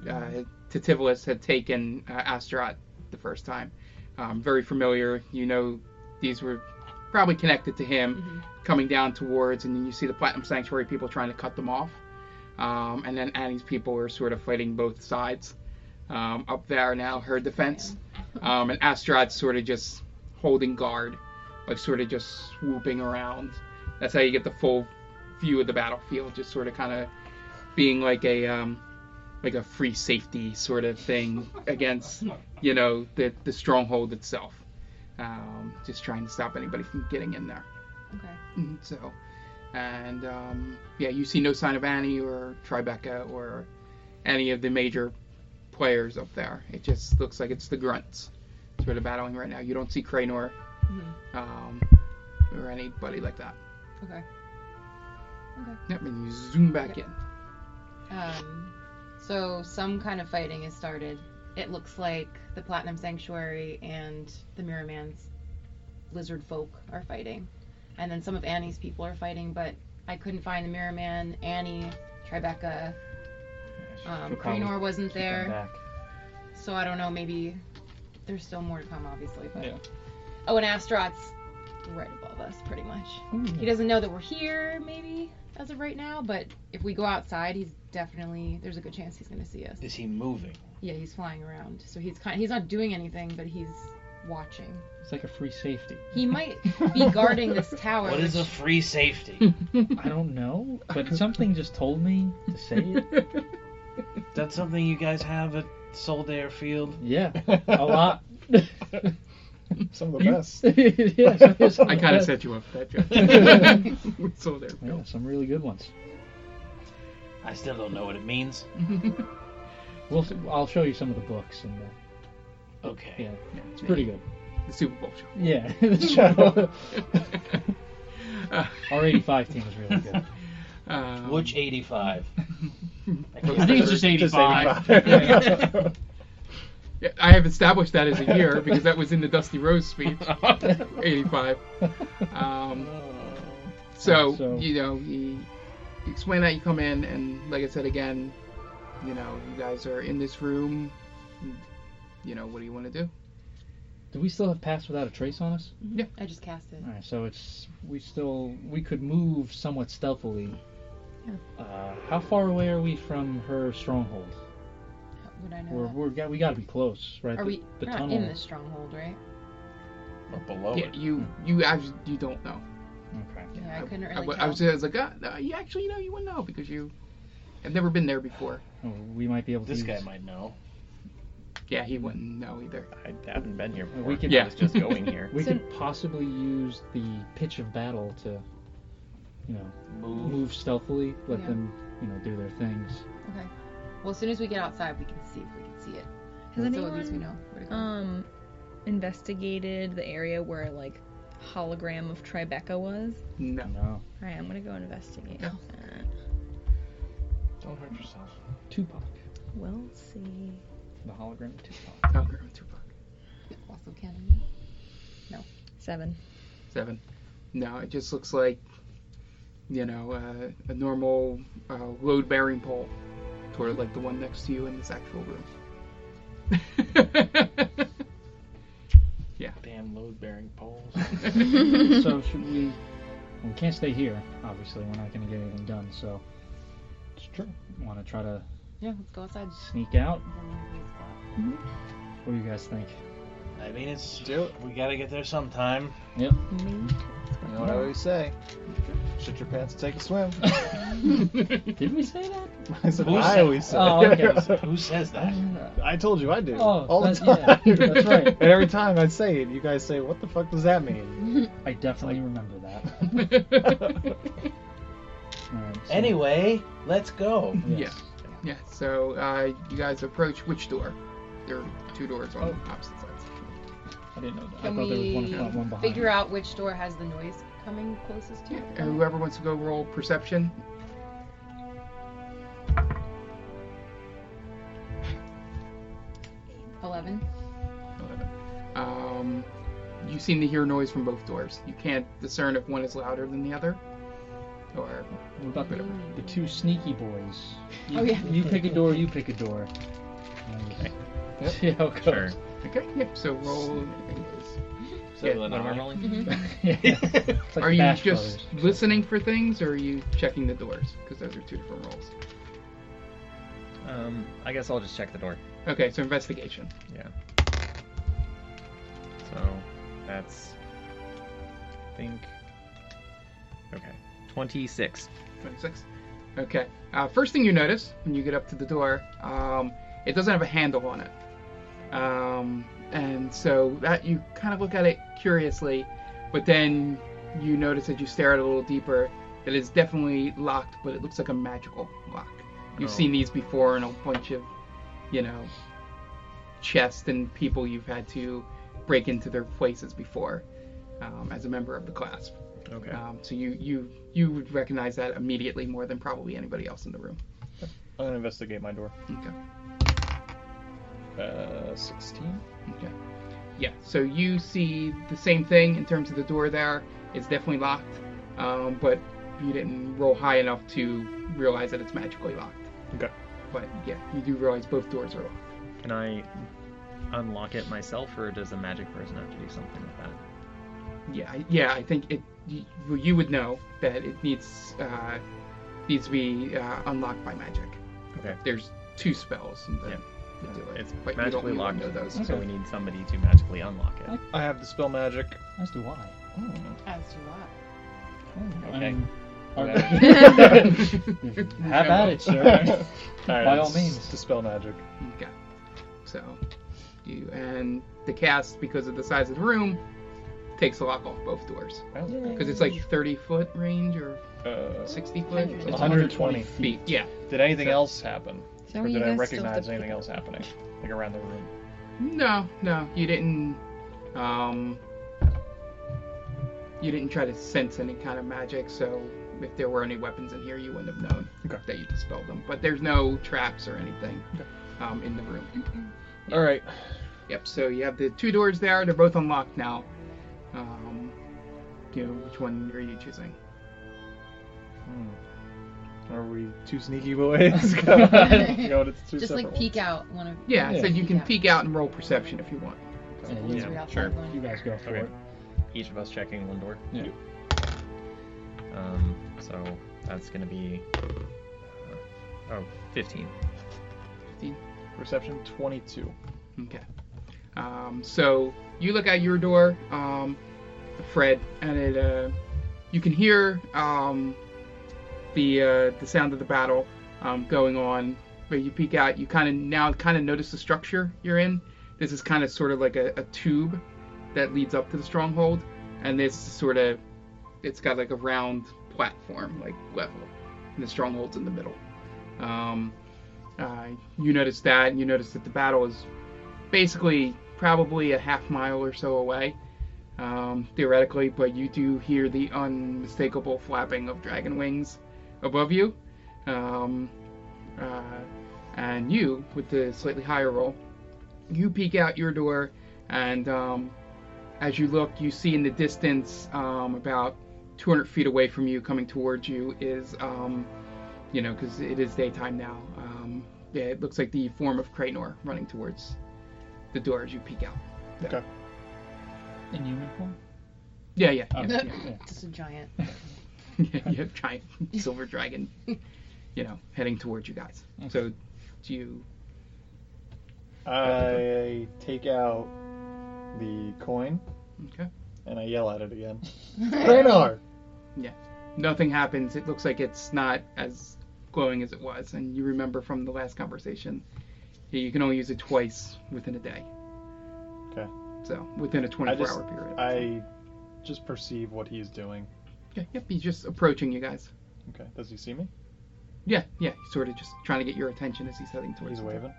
A: uh, Titivolus had taken uh, Astaroth the first time. Um, very familiar. You know, these were probably connected to him coming down towards, and then you see the Platinum Sanctuary people trying to cut them off. Um, and then Annie's people are sort of fighting both sides um, up there now, her defense. Um, and Astaroth's sort of just holding guard, like sort of just swooping around. That's how you get the full view of the battlefield, just sort of kind of being like a um, like a free safety sort of thing against you know the the stronghold itself. Um, just trying to stop anybody from getting in there.
G: Okay.
A: Mhm, So, and um, yeah, you see no sign of Annie or Tribeca or any of the major players up there. It just looks like it's the grunts sort of battling right now. You don't see Cranor um, or anybody like that.
G: Okay.
A: Yep, and you zoom back in.
G: Um, so some kind of fighting has started. It looks like the Platinum Sanctuary and the Mirror Man's lizard folk are fighting. And then some of Annie's people are fighting, but I couldn't find the Mirror Man, Annie, Tribeca. Um, Krenor wasn't there, so I don't know, maybe there's still more to come, obviously. But...
E: Yeah.
G: Oh, and Astaroth's right above us, pretty much. He doesn't know that we're here, maybe, as of right now, but if we go outside, he's definitely, there's a good chance he's going to see us.
B: Is he moving?
G: Yeah, he's flying around. So he's kind he's not doing anything, but he's watching.
F: It's like a free safety.
G: He might be guarding this tower.
B: What
G: which-
B: is a free safety?
F: I don't know, but something just told me to say it.
B: That's something you guys have at Sold Airfield.
F: Yeah, a lot.
E: Oh, Some of the best.
A: I kind of set you up for that joke. We're still there.
F: Yeah, some really good ones.
B: I still don't know what it means.
F: We'll, I'll show you some of the books, and uh,
B: Okay.
F: yeah, it's pretty good.
A: The Super Bowl show.
F: Yeah, the show. Our '85 team was really good.
A: Uh, Um,
B: Which 85?
A: I think it's
E: just
B: 85.
A: yeah, I have established that as a year because that was in the Dusty Rose speech, 85. Um, so,
F: So-
A: you know, he you explain that you come in, and like I said again, you know, you guys are in this room. You know, what do you want to do?
F: Do we still have pass without a trace on us?
G: I just cast it.
F: All right, so it's we still we could move somewhat stealthily. Uh, how far away are we from her stronghold?
G: Would I know?
F: We're,
G: that?
F: we're got, we got to be close, right?
G: Uh, Are
F: the,
G: we
F: the
G: we're not
F: tunnel.
G: in the stronghold, right?
B: Or below
A: Yeah,
B: it.
A: you you actually you don't know.
D: Okay.
G: Yeah, I couldn't
A: I
G: really Oh.
A: wa- I,
G: tell.
A: was, I was like, uh, no, you actually, you know, you wouldn't know because you have never been there before.
F: Well, oh, we might be able to.
B: This
F: use,
B: guy might know.
A: Yeah, he wouldn't know either.
D: I haven't been here before.
F: We can-
A: Yeah.
D: I was just going here.
F: We
C: So-
F: could possibly use the pitch of battle to, you know, move stealthily, let
G: Yeah.
F: them, you know, do their things.
G: Well, as soon as we get outside, we can see if we can see it.
C: Has
G: so at least we
C: anyone
G: know. where to go.
C: um investigated the area where like hologram of Tribeca was?
A: No.
F: No.
C: All right, I'm gonna go investigate.
A: Yeah.
C: that.
B: Don't hurt yourself.
F: Tupac.
C: We'll see.
F: The hologram of Tupac.
A: Oh, girl, Tupac.
G: Also, Canada.
C: Seven.
A: Seven. No, it just looks like, you know, uh, a normal uh, load bearing pole toward like the one next to you in this actual room.
B: Damn load bearing poles.
F: so should we? well, we can't stay here. Obviously, we're not going to get anything done. So,
E: It's true.
F: want to try to
G: Yeah, let's go outside.
F: sneak out? What do you guys think?
B: I mean, it's
E: Do it.
B: we gotta get there sometime.
C: Me?
E: You know what I always say? Shit your pants, take a swim.
F: Did we say that?
E: I said,
B: Who
E: I
B: said-
E: always say.
F: Oh, okay.
B: Who says that?
E: I told you I do.
F: Oh,
E: all the time.
F: that- yeah, that's right.
E: and every time I say it, you guys say, "What the fuck does that mean?"
F: I definitely remember that. All right, so-
B: Anyway, let's go.
F: Yes.
A: yeah, so uh, you guys approach which door? There are two doors on opposite sides.
F: I didn't know that. I
G: Can
F: thought there was one in
G: we
F: front, one behind.
G: Figure out which door has the noise coming closest to
A: Yeah,
G: it.
A: and whoever wants to go roll perception.
G: Eleven.
A: Um, you seem to hear noise from both doors. You can't discern if one is louder than the other. Or
F: What about the, the two sneaky boys? You,
G: Oh, yeah.
F: You pick a door. You pick a door. Okay. See how it
D: Sure.
F: goes.
A: okay, yeah. So roll.
B: So uh,
A: Yeah,
D: What am I rolling?
F: yeah. It's like
A: are you
F: Bash
A: just
F: Brothers.
A: listening for things, or are you checking the doors? Because those are two different rolls.
D: Um, I guess I'll just check the door.
A: Okay, so investigation.
D: So that's, I think, okay, 26.
A: 26. Okay. Uh, first thing you notice when you get up to the door, um, it doesn't have a handle on it. Um, and so that you kind of look at it curiously, but then you notice that you stare at it a little deeper. It is definitely locked, but it looks like a magical lock. You've
D: Oh.
A: seen these before in a bunch of, you know, chests and people you've had to break into their places before um, as a member of the class.
D: Okay.
A: Um, so you you you would recognize that immediately more than probably anybody else in the room.
E: I'm gonna investigate my door.
A: Okay.
E: Uh, sixteen.
A: Okay. Yeah. So you see the same thing in terms of the door there. It's definitely locked, um, but you didn't roll high enough to realize that it's magically locked.
D: Okay.
A: But yeah, you do realize both doors are locked.
D: Can I unlock it myself, or does a magic person have to do something with that?
A: Yeah. I- Yeah. I think it. You, you would know that it needs uh, needs to be uh, unlocked by magic.
D: Okay.
A: There's two spells. that-
D: Yeah.
A: that do it.
D: It's
A: but you don't
D: magically
A: really
D: locked,
A: Know those.
D: so
F: Okay.
D: we need somebody to magically unlock it.
E: I have the spell magic.
F: As do I.
G: As to what?
F: I
B: Okay.
F: mean, are-
A: Have
F: have at it, sir. By all means.
E: dispel magic.
A: Okay. So, you and the cast, because of the size of the room, takes the lock off both doors. Because it's like 30 foot range or
E: Uh,
A: 60 foot? It's
E: 120
A: feet. Yeah.
E: Did anything
A: So-
E: else happen?
C: So
E: or
C: you
E: did I
C: guys still have
E: recognize
C: to
E: anything
C: pick
E: else
C: up-
E: happening, like around the room?
A: No, no. You didn't. Um. You didn't try to sense any kind of magic, so if there were any weapons in here, you wouldn't have known
E: Okay.
A: that you dispelled them. But there's no traps or anything um, in the room.
E: All right.
A: Yep. So you have the two doors there. They're both unlocked now. Um, you know, which one are you choosing?
E: Are we two sneaky boys? Going to two
G: Just like
E: separate
G: peek out one of.
A: Yeah, I
F: Yeah.
A: said you can
G: Yeah.
A: peek out and roll perception if you want.
F: Yeah, you,
G: Lizard outside
D: sure.
G: one.
F: you guys go for
D: Okay.
F: it.
D: Each of us checking one door.
F: Yeah.
D: Um, so that's gonna be, uh, oh, 15.
E: ones. Reception 22.
A: Okay. Um, so you look at your door, um, Fred, and it uh, you can hear um, the uh, the sound of the battle um, going on. But you peek out, you kind of now kind of notice the structure you're in. This is kind of sort of like a, a tube that leads up to the stronghold, and this sort of it's got like a round platform like level, and the stronghold's in the middle. Um, uh, you notice that, and you notice that the battle is basically probably a half mile or so away, um, theoretically, but you do hear the unmistakable flapping of dragon wings above you. Um, uh, and you, with the slightly higher roll, you peek out your door, and um, as you look, you see in the distance, um, about 200 feet away from you, coming towards you, is, um, you know, because it is daytime now. Um, yeah, it looks like the form of Kraynor running towards the door as you peek out.
F: In human form?
A: Yeah, yeah, yeah,
F: Okay.
A: yeah.
G: Just a giant.
A: yeah, you have giant silver dragon, you know, heading towards you guys. So, do you?
E: I take out the coin
A: Okay.
E: and I yell at it again. Raynor!
A: Nothing happens. It looks like it's not as glowing as it was, and you remember from the last conversation, yeah, you can only use it twice within a day.
E: Okay.
A: So within a 24
E: just-
A: hour period.
E: I just perceive what he's doing.
A: Yeah, yep. He's just approaching you guys.
E: Okay. Does he see me?
A: Yeah, yeah. Sort of just trying to get your attention as he's heading towards.
E: He's
A: the-
E: waving.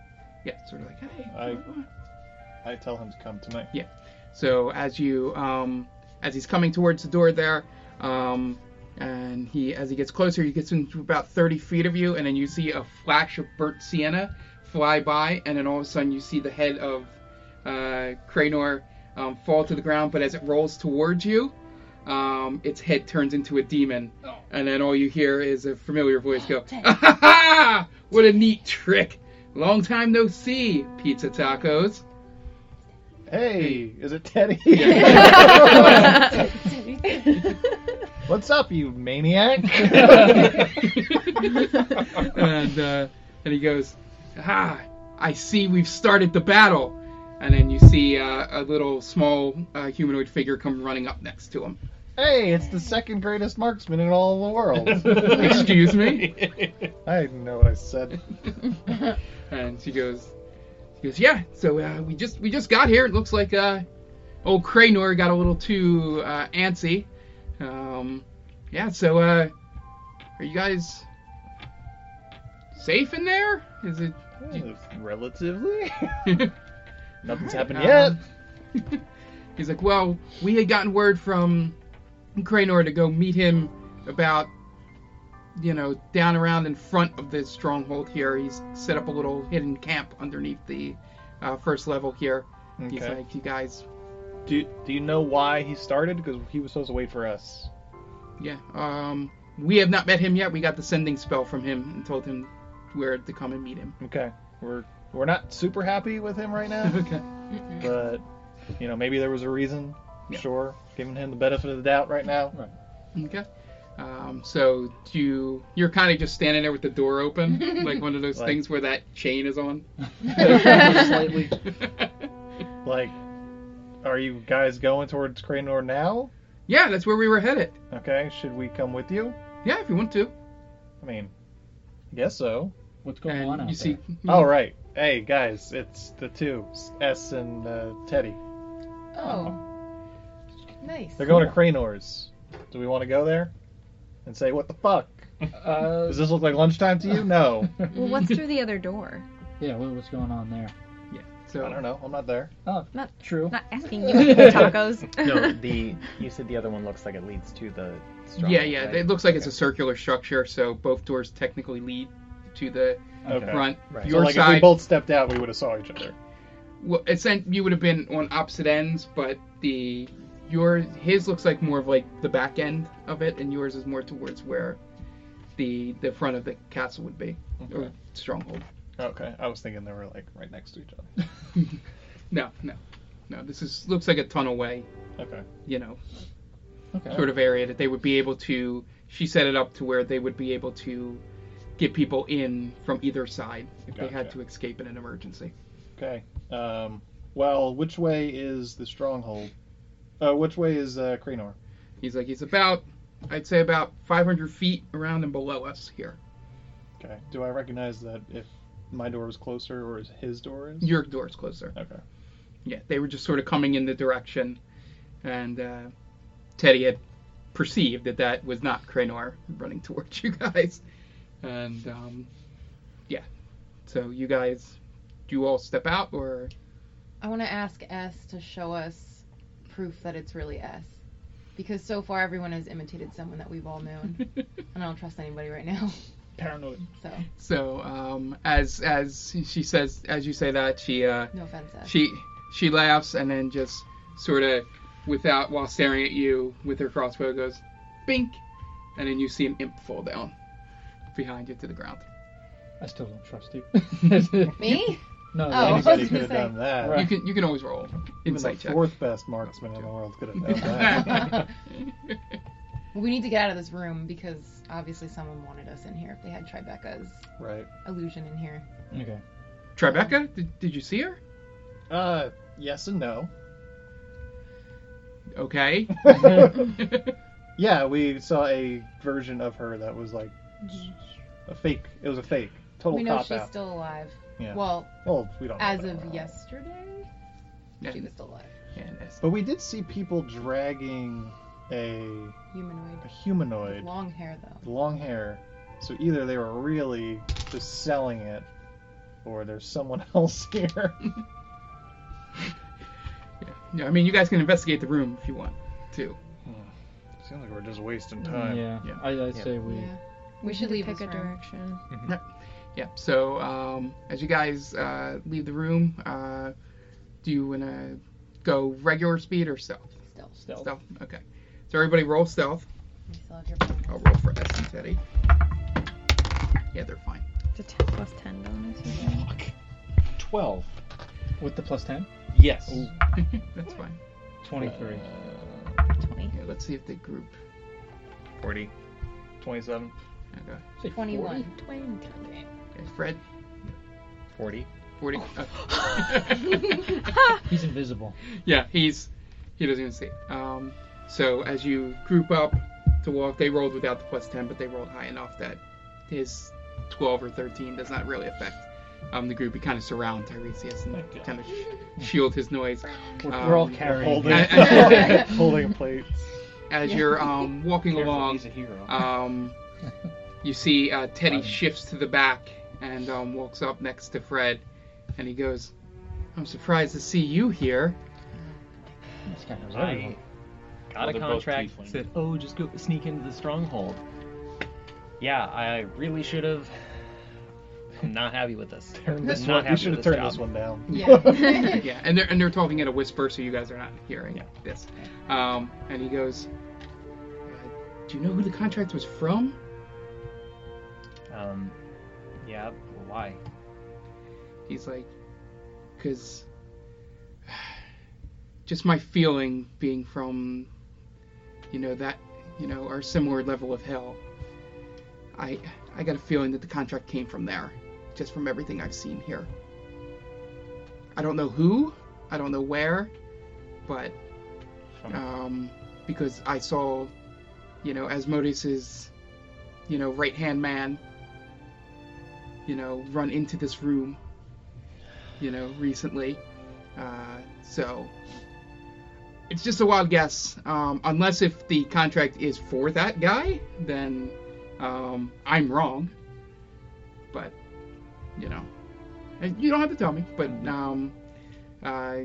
A: Yeah, sort of like hey.
E: I- I tell him to come tonight.
A: So as you um, as he's coming towards the door there, um, and he as he gets closer, he gets into about 30 feet of you, and then you see a flash of burnt sienna fly by, and then all of a sudden you see the head of uh, Cranor um, fall to the ground. But as it rolls towards you, um, its head turns into a demon, and then all you hear is a familiar voice go, "Ah, ha, ha! "What a neat trick! Long time no see, pizza tacos."
E: Hey, is it Teddy? What's up, you maniac?
A: and uh, and he goes, ah, I see we've started the battle. And then you see uh, a little small uh, humanoid figure come running up next to him.
E: hey, it's the second greatest marksman in all the world.
A: Excuse me.
E: I didn't know what I said.
A: And she goes, she goes, yeah. So uh, we just we just got here. It looks like uh, old Cranor got a little too uh, antsy. Um, yeah. So uh, are you guys safe in there? Is it?
D: Relatively?
E: Nothing's
A: Um,
E: happened yet.
A: He's like, well, we had gotten word from Cranor to go meet him about, you know, down around in front of the stronghold here. He's set up a little hidden camp underneath the uh, first level here. He's
E: Okay.
A: like, you guys,
E: Do, do you know why he started? Because he was supposed to wait for us.
A: yeah, um, we have not met him yet. We got the sending spell from him and told him where to come and meet him.
E: Okay. We're we're not super happy with him right now,
A: okay.
E: but you know maybe there was a reason.
A: Yeah.
E: Sure, giving him the benefit of the doubt right now.
A: Okay. Um, so do you, you're kind of just standing there with the door open, like one of those
E: Like-
A: things where that chain is on.
F: Slightly.
E: Like, are you guys going towards Cranor now?
A: Yeah, that's where we were headed.
E: Okay, should we come with you?
A: Yeah, if you want to.
E: I mean, guess so.
F: What's going
A: and
F: on out
A: you
F: there?
A: see,
E: All Oh, right. Hey guys, it's the two S and uh, Teddy.
G: Oh. Nice.
E: They're going to Cranor's. Do we want to go there and say what the fuck?
F: Uh,
E: Does this look like lunchtime to you? No.
C: Well, what's through the other door?
F: yeah, what, what's going on there?
A: so
E: I don't know. I'm not there.
F: True.
C: not asking you for tacos.
D: no, the you said the other one looks like it leads to the stronghold.
A: yeah, yeah,
D: right?
A: it looks like it's a circular structure, so both doors technically lead to the
E: Okay.
A: front.
D: Right.
E: So
A: Your
E: like if we
A: side,
E: both stepped out, we would have saw each other.
A: well, it's sent- you would have been on opposite ends, but the your his looks like more of like the back end of it, and yours is more towards where the the front of the castle would be or stronghold.
E: Okay, I was thinking they were like right next to each other.
A: No, no, no. This is looks like a tunnel way,
E: Okay.
A: you know,
E: Okay.
A: sort of area that they would be able to. She set it up to where they would be able to get people in from either side if they had
E: Gotcha.
A: to escape in an emergency.
E: Okay. Um, well, which way is the stronghold? Uh, which way is uh, Cranor?
A: He's like, he's about I'd say about 500 feet around and below us here.
E: Okay. Do I recognize that if my door was closer or is his door is?
A: Your door's closer.
E: Okay.
A: Yeah, they were just sort of coming in the direction, and uh, Teddy had perceived that that was not Cranor running towards you guys, and um, yeah, so you guys, do you all step out or
G: I want to ask S to show us proof that it's really S. Because so far everyone has imitated someone that we've all known, and I don't trust anybody right now.
E: Paranoid.
G: So
A: so? Um, as as she says, as you say that, she uh,
G: no offense, S.
A: she she laughs and then just sort of without while staring at you with her crossbow goes bink and then you see an imp fall down behind you to the ground
F: I still don't trust you.
G: Me?
F: No, that
G: Oh.
F: is-
G: I
E: Anybody
G: was
E: could
G: gonna
E: have
G: say.
E: done that.
A: you can you can always roll
E: Even the
A: insight check
E: fourth Oh, best marksman in the world could have done that.
G: we need to get out of this room because obviously someone wanted us in here if they had Tribeca's
E: right.
G: illusion in here.
F: okay.
A: Tribeca did, did you see her
E: Uh, yes and no.
A: okay
E: Yeah, we saw a version of her that was like a fake. It was a fake. Total
G: we know
E: cop
G: she's
E: out.
G: still alive.
E: Yeah.
G: Well,
E: well, we don't. know
G: as
E: that
G: of
E: we're alive.
G: yesterday, she was still alive.
A: And as-
E: But we did see people dragging a,
G: Humanoid.
E: a humanoid,
G: Long hair though.
E: with long hair. So either they were really just selling it, or there's someone else here.
A: yeah, I mean you guys can investigate the room if you want to
E: Seems like we're just wasting
F: yeah.
A: Yeah.
F: I, I say we.
G: Yeah. We should leave
C: pick
G: this
C: a
G: room.
C: direction.
A: yeah so um, as you guys uh, leave the room uh, do you want to go regular speed or stealth
G: Stealth.
F: Stealth.
A: stealth okay so everybody roll stealth
G: We still have your bonus.
A: I'll roll for S and Teddy. Yeah, they're fine.
C: It's a 10 plus 10 bonus. isn't it?
B: Fuck. Twelve.
F: With the plus 10?
B: Yes.
F: Ooh.
A: That's fine.
F: 23.
C: 20.
A: Yeah, let's see if the group.
D: 40.
E: 27.
A: Okay.
F: Say
G: 21.
C: 20.
A: okay. Fred,
D: 40.
A: 40. okay.
F: 40. He's invisible.
A: yeah, he's. He doesn't even see it. Um, so as you group up to walk, they rolled without the plus 10, but they rolled high enough that his 12 or 13 does not really affect um, the group. He kind of surrounds Tiresias and
B: Thank God.
A: kind of sh- shield his noise.
F: We're,
A: Um,
F: we're all carrying.
E: Holding,
A: I-
E: holding plates.
A: As you're um, walking
B: Careful,
A: along,
B: He's a hero.
A: Um, you see uh, Teddy shifts to the back and um, walks up next to Fred, and he goes, "I'm surprised to see you here."
F: This guy knows
D: I
F: everyone.
D: got
B: Well,
D: a
B: they're both
D: contract
B: tiefling.
D: said, oh, just go sneak into the stronghold. Yeah, I really should have. I'm not happy with this.
E: Turn this
D: not
E: one.
D: happy
E: We
D: with
E: should have
D: this
E: turned
D: job.
E: this one down.
G: Yeah.
A: Yeah, and they're and they're talking at a whisper, so you guys are not hearing this. Um, and he goes, uh, "Do you know who the contract was from?"
D: Um, yeah, why?
A: He's like, "Cause just my feeling being from, you know that, you know, our similar level of hell. I I got a feeling that the contract came from there, just from everything I've seen here. I don't know who, I don't know where, but um, because I saw, you know, Asmodeus's, you know, right hand man, you know, run into this room, you know, recently. Uh, so it's just a wild guess. Um, unless if the contract is for that guy, then um, I'm wrong. But you know, and you don't have to tell me. But um, uh,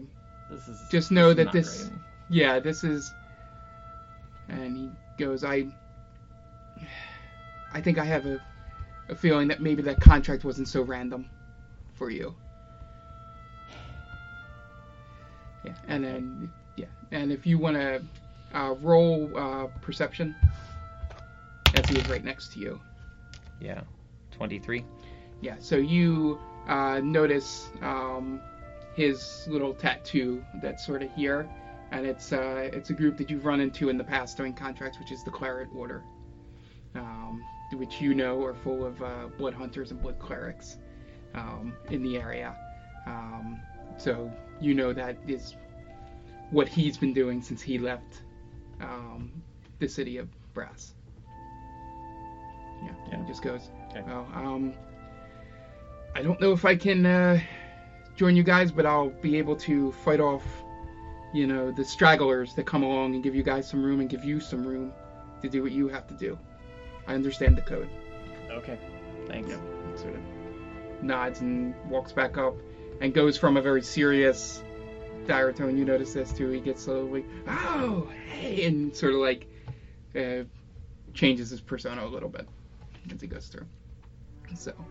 D: This is
A: Just know
D: is
A: that
D: not
A: this-
D: great.
A: yeah, this is. And he goes, I. I think I have a, a feeling that maybe that contract wasn't so random for you. Yeah, and then. Yeah, and if you want to uh, roll uh, perception, as he is right next to you.
D: Yeah, 23.
A: Yeah, so you uh, notice um, his little tattoo that's sort of here, and it's uh, it's a group that you've run into in the past doing contracts, which is the Claret Order, um, which you know are full of uh, blood hunters and blood clerics um, in the area. Um, so you know that is what he's been doing since he left um, the city of brass. Yeah,
E: Yeah.
A: he just goes.
E: Okay.
A: Oh, um, I don't know if I can uh, join you guys, but I'll be able to fight off, you know, the stragglers that come along and give you guys some room and give you some room to do what you have to do. I understand the code.
D: Okay. Thanks.
A: Yep. Sort of nods and walks back up, and goes from a very serious, dire tone. You notice this too. He gets slowly, oh, hey, and sort of like uh, changes his persona a little bit as he goes through. So, all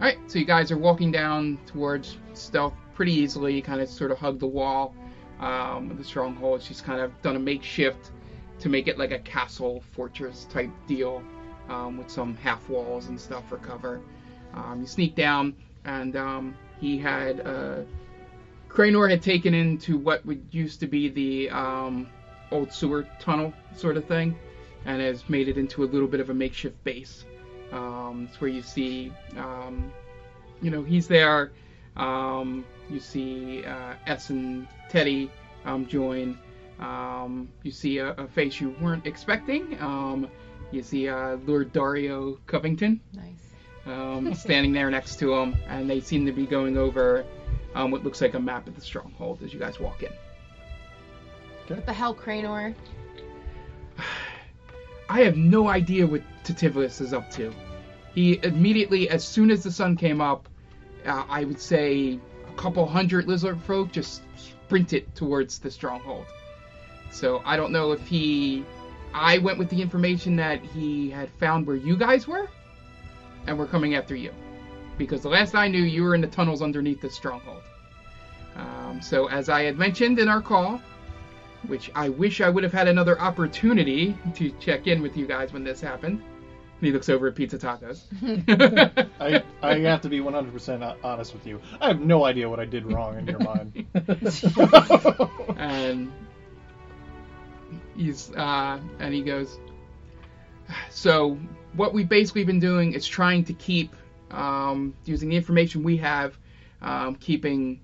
A: right. So you guys are walking down towards stealth pretty easily. You kind of sort of hug the wall. Um, the stronghold. She's kind of done a makeshift to make it like a castle fortress type deal um, with some half walls and stuff for cover. Um, you sneak down, and um, he had uh, Cranor had taken into what would used to be the um, old sewer tunnel sort of thing, and has made it into a little bit of a makeshift base. Um, it's where you see, um, you know, he's there. Um, you see uh, S and Teddy um, join. Um, you see a, a face you weren't expecting. Um, you see uh, Lord Dario Covington
G: Nice.
A: um, standing there next to him, and they seem to be going over um, what looks like a map of the stronghold as you guys walk in.
G: What the hell, Cranor?
A: I have no idea what Tativius is up to. He immediately, as soon as the sun came up, uh, I would say a couple hundred lizard folk just sprinted towards the stronghold. So I don't know if he. I went with the information that he had found where you guys were, and we're coming after you. Because the last I knew, you were in the tunnels underneath the stronghold. Um, so, as I had mentioned in our call, which I wish I would have had another opportunity to check in with you guys when this happened. And he looks over at Pizza Tacos.
E: I, I have to be 100% ho- honest with you. I have no idea what I did wrong in your mind.
A: and he's uh, and he goes. So what we've basically been doing is trying to keep um, using the information we have, um, keeping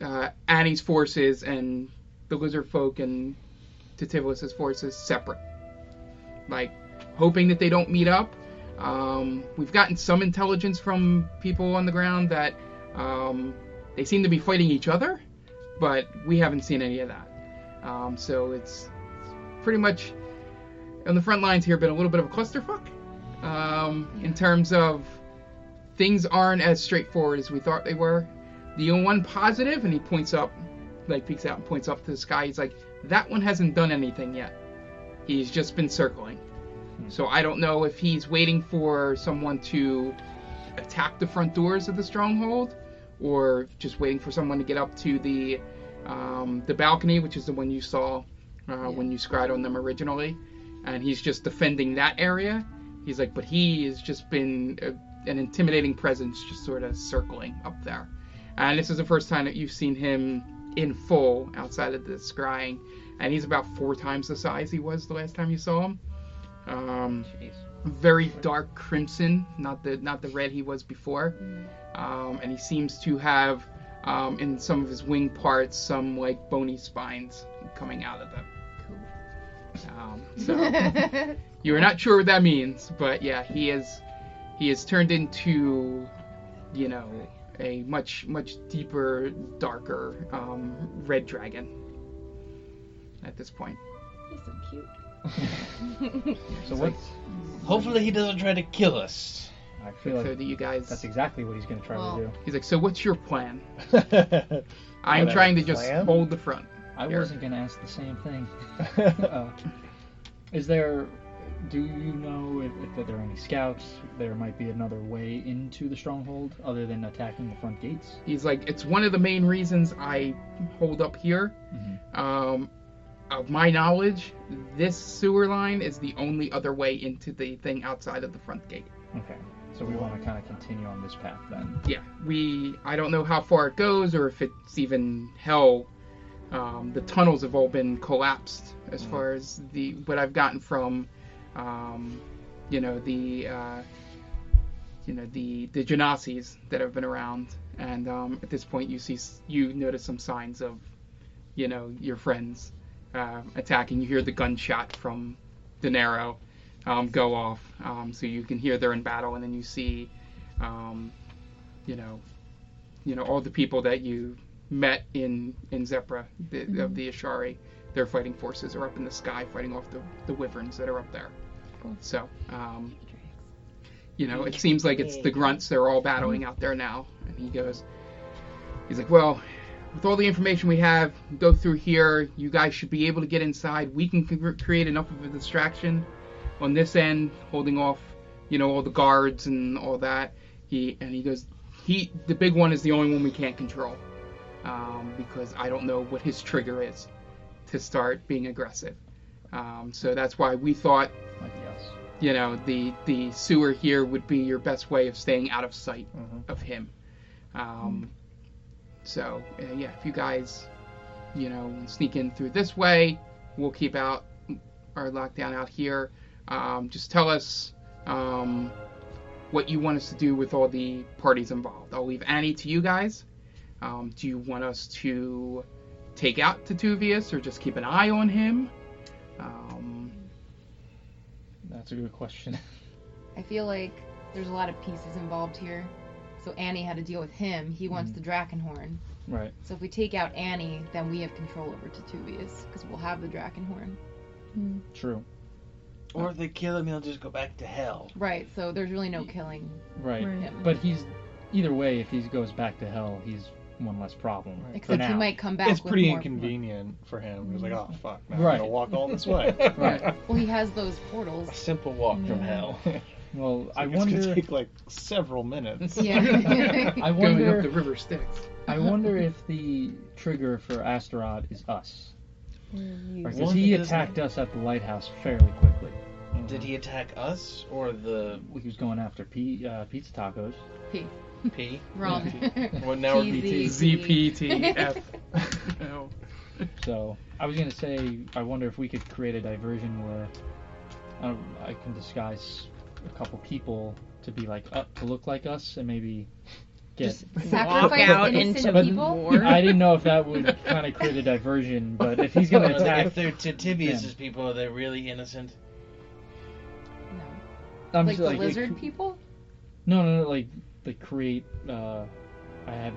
A: uh, Annie's forces and the lizard folk and Tativilus's forces separate. Like hoping that they don't meet up. Um, we've gotten some intelligence from people on the ground that um, they seem to be fighting each other but we haven't seen any of that. Um, so it's pretty much on the front lines here, been a little bit of a clusterfuck um, in terms of things aren't as straightforward as we thought they were. The one positive, and he points up, like peeks out and points up to the sky. He's like, that one hasn't done anything yet. He's just been circling. So I don't know if he's waiting for someone to attack the front doors of the stronghold, or just waiting for someone to get up to the um, the balcony, which is the one you saw uh, when you scried on them originally, and he's just defending that area. He's like, but he has just been a, an intimidating presence, just sort of circling up there. And this is the first time that you've seen him in full outside of the scrying, and he's about four times the size he was the last time you saw him. Um, very dark crimson, not the not the red he was before, um, and he seems to have um, in some of his wing parts some like bony spines coming out of them. Um, so you are not sure what that means, but yeah, he is he has turned into you know a much much deeper, darker um, red dragon at this point.
C: He's so cute.
F: So what?
B: Hopefully he doesn't try to kill us.
F: I feel
A: so
F: like
A: do you guys?
F: that's exactly what he's going to try
G: Well,
F: to do.
A: He's like, so what's your plan?
E: I
A: I'm
E: have a
A: trying to just
E: plan?
A: hold the front.
F: I
A: here.
F: wasn't going to ask the same thing. uh, is there? Do you know if, if there are any scouts? There might be another way into the stronghold other than attacking the front gates.
A: He's like, it's one of the main reasons I hold up here. Um, of my knowledge, this sewer line is the only other way into the thing outside of the front gate.
F: Okay, so we want to kind of continue on this path then.
A: Yeah, we. I don't know how far it goes or if it's even hell. Um, the tunnels have all been collapsed as far as the what I've gotten from, um, you know the, uh, you know the the Genasi that have been around, and um, at this point you see s- you notice some signs of, um, you know your friends, uh, attacking. You hear the gunshot from De Niro, um, go off. Um, so you can hear they're in battle, and then you see, um, you know, you know all the people that you met in in Zepra the, of the Ashari. Their fighting forces are up in the sky, fighting off the, the wyverns that are up there.
C: Cool.
A: So, um, you know, it seems like it's the grunts. They're all battling out there now. And he goes, he's like, well, with all the information we have, go through here. You guys should be able to get inside. We can c- create enough of a distraction on this end, holding off, you know, all the guards and all that. He and he goes, he the big one is the only one we can't control um, because I don't know what his trigger is to start being aggressive. Um, so that's why we thought
F: Like yes.
A: you know the the sewer here would be your best way of staying out of sight
E: Mhm.
A: of him um, so uh, yeah if you guys you know sneak in through this way we'll keep out our lockdown out here um, just tell us um, what you want us to do with all the parties involved i'll leave annie to you guys um, do you want us to take out Tituvius or just keep an eye on him um,
F: That's a good question.
G: I feel like there's a lot of pieces involved here. So Annie had to deal with him. He wants the Drakenhorn.
F: right.
G: So if we take out Annie, then we have control over Tituvius because we'll have the Drakenhorn.
F: True.
B: Or if they kill him, he'll just go back to hell.
G: Right. So there's really no killing
F: Right.
C: Right.
G: him.
F: But he's either way. If he goes back to hell, he's one less problem.
E: Right.
F: for
G: Except he
F: now.
G: might come back.
E: It's
G: with
E: pretty
G: more-
E: inconvenient for him. He's like, oh fuck, now I
F: Right.
E: gotta walk all this way.
F: Right.
G: Well, he has those
B: A
G: portals.
B: simple walk from hell.
F: Well, I
E: It's gonna
F: wonder.
E: take like several minutes.
G: Yeah.
F: I
A: going up
F: wonder.
A: the river Styx
F: I wonder if the trigger for Astaroth is us.
B: Like,
F: Because
B: Well,
F: he
B: it doesn't-
F: attacked us at the lighthouse fairly quickly.
B: Did he attack us or the
F: He was going after P, uh, pizza tacos.
G: P.
B: P?
G: Wrong.
B: Well, now we're
G: TZ.
A: ZPTF. Oh.
F: So I was gonna say, I wonder if we could create a diversion where um, I can disguise a couple people to be like up to look like us and maybe get.
C: Just walk
G: Sacrifice
C: out
G: innocent
C: into
G: people?
C: war.
F: I didn't know if that would kind of create a diversion, but if he's gonna
B: Well,
F: attack,
B: if they're Titibius's people, are they really innocent?
G: No.
F: I'm
G: Like
F: just
G: the
F: like,
G: lizard people?
F: No, no, no, like like create. Uh, I had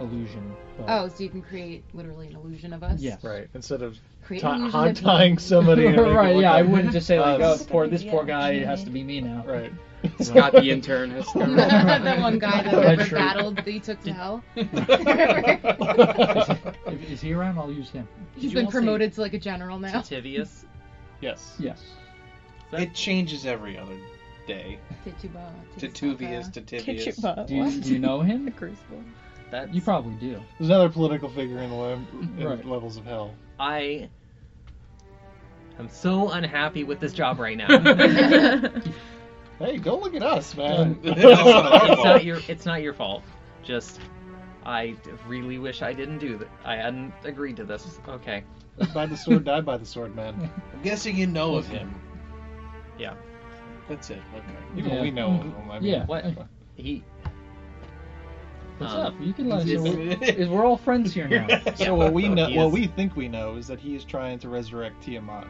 F: illusion. But,
G: Oh, so you can create literally an illusion of us?
F: Yeah.
E: Right. Instead of
G: Create
E: ti-
G: an illusion
E: hot
G: of you.
E: tying somebody. and making
F: right,
E: it look
F: yeah, I
E: like-
F: wouldn't just say like,
E: Uh,
F: oh, poor this poor guy it has to be me now.
E: Right.
A: Scott the intern has
G: that one guy that
F: That's
G: ever
F: true.
G: battled that he took to hell.
F: If, is he around? I'll use him.
G: He's
D: you
G: been
D: all say-
G: promoted to like a general now.
D: Titivius.
E: yes.
F: Yes.
B: It changes every other day.
G: Tituba.
B: Tituvius,
G: Titusaka.
B: Titibius.
E: Uh,
C: What?
F: Do you, do you know him?
C: Crucible.
D: That's
F: You probably do.
E: There's another political figure in the le- in
F: Right.
E: levels of hell.
D: I am so unhappy with this job right now.
E: Hey, go look at us, man.
D: it's not your it's not your fault. Just I really wish I didn't do that. I hadn't agreed to this. Okay.
E: by the sword, die by the sword, man.
B: I'm guessing you know of him.
D: Yeah.
B: That's it. Okay.
E: Even
F: Yeah.
E: we know of him. I mean,
F: Yeah.
D: What he
F: What's
D: Um,
F: up? You can let us know.
D: it's-
F: We're, is- we're all friends here now.
E: So what we know,
D: He
E: what
D: is-
E: we think we know, is that he is trying to resurrect Tiamat.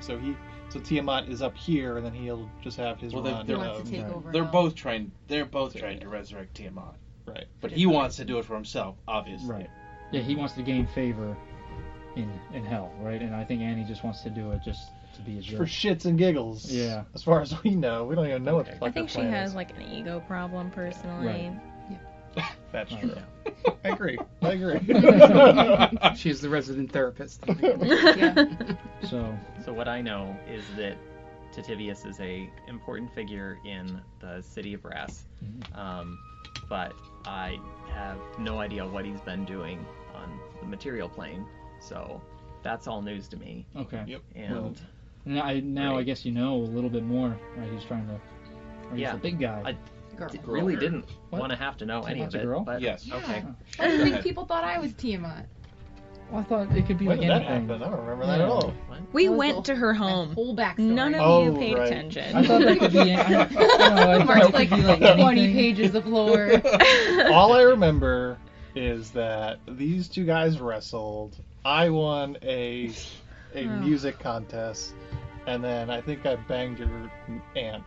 E: So he, so Tiamat is up here, and then he'll just have his
B: Well, they're-
E: run.
G: He
B: they're-
E: of-
G: wants to take
F: Right.
G: over.
B: They're
G: now.
B: both trying. They're both trying to resurrect Tiamat,
E: right.
B: but he wants to do it for himself, obviously.
F: Right. Yeah, he wants to gain favor in in hell, right? And I think Annie just wants to do it just to be a jerk.
E: For shits and giggles.
F: Yeah.
E: As far as we know, we don't even
D: Okay.
E: know what the fuck
C: I think
E: her
C: she
E: plan
C: has
E: is.
C: like an ego problem personally.
F: Right.
E: That's
F: Oh,
E: true.
F: yeah.
E: I agree. I agree.
A: She's the resident therapist.
F: So
D: So what I know is that Titivius is a important figure in the city of Brass, um, but I have no idea what he's been doing on the material plane. So that's all news to me.
F: okay.
E: Yep.
D: And
E: Well,
F: Now, I, now I
D: Right.
F: guess you know a little bit more, right? He's trying to. Or he's
D: Yeah.
F: the big guy.
D: I-
G: Girl.
D: d- really didn't
F: What?
D: want to have to know any
F: Tiamat's
D: of
F: a
D: it.
F: girl?
D: But
B: Yes.
G: Yeah.
D: okay.
G: I don't think people thought I was Tiamat.
F: Well, I thought it could be
E: When
F: like
E: did that
F: anything.
E: happen? I don't remember that at
F: No.
E: all.
D: What?
C: We
G: That was
C: went
G: the
C: to her
G: That
C: home.
G: whole backstory.
C: None of
E: Oh,
C: you paid
E: right.
C: attention.
F: I thought that could be. I, I, no, I
G: Mark's
F: thought it
G: like
F: could be like
G: 20
F: anything.
G: pages of lore.
E: All I remember is that these two guys wrestled. I won a a music contest, and then I think I banged your aunt.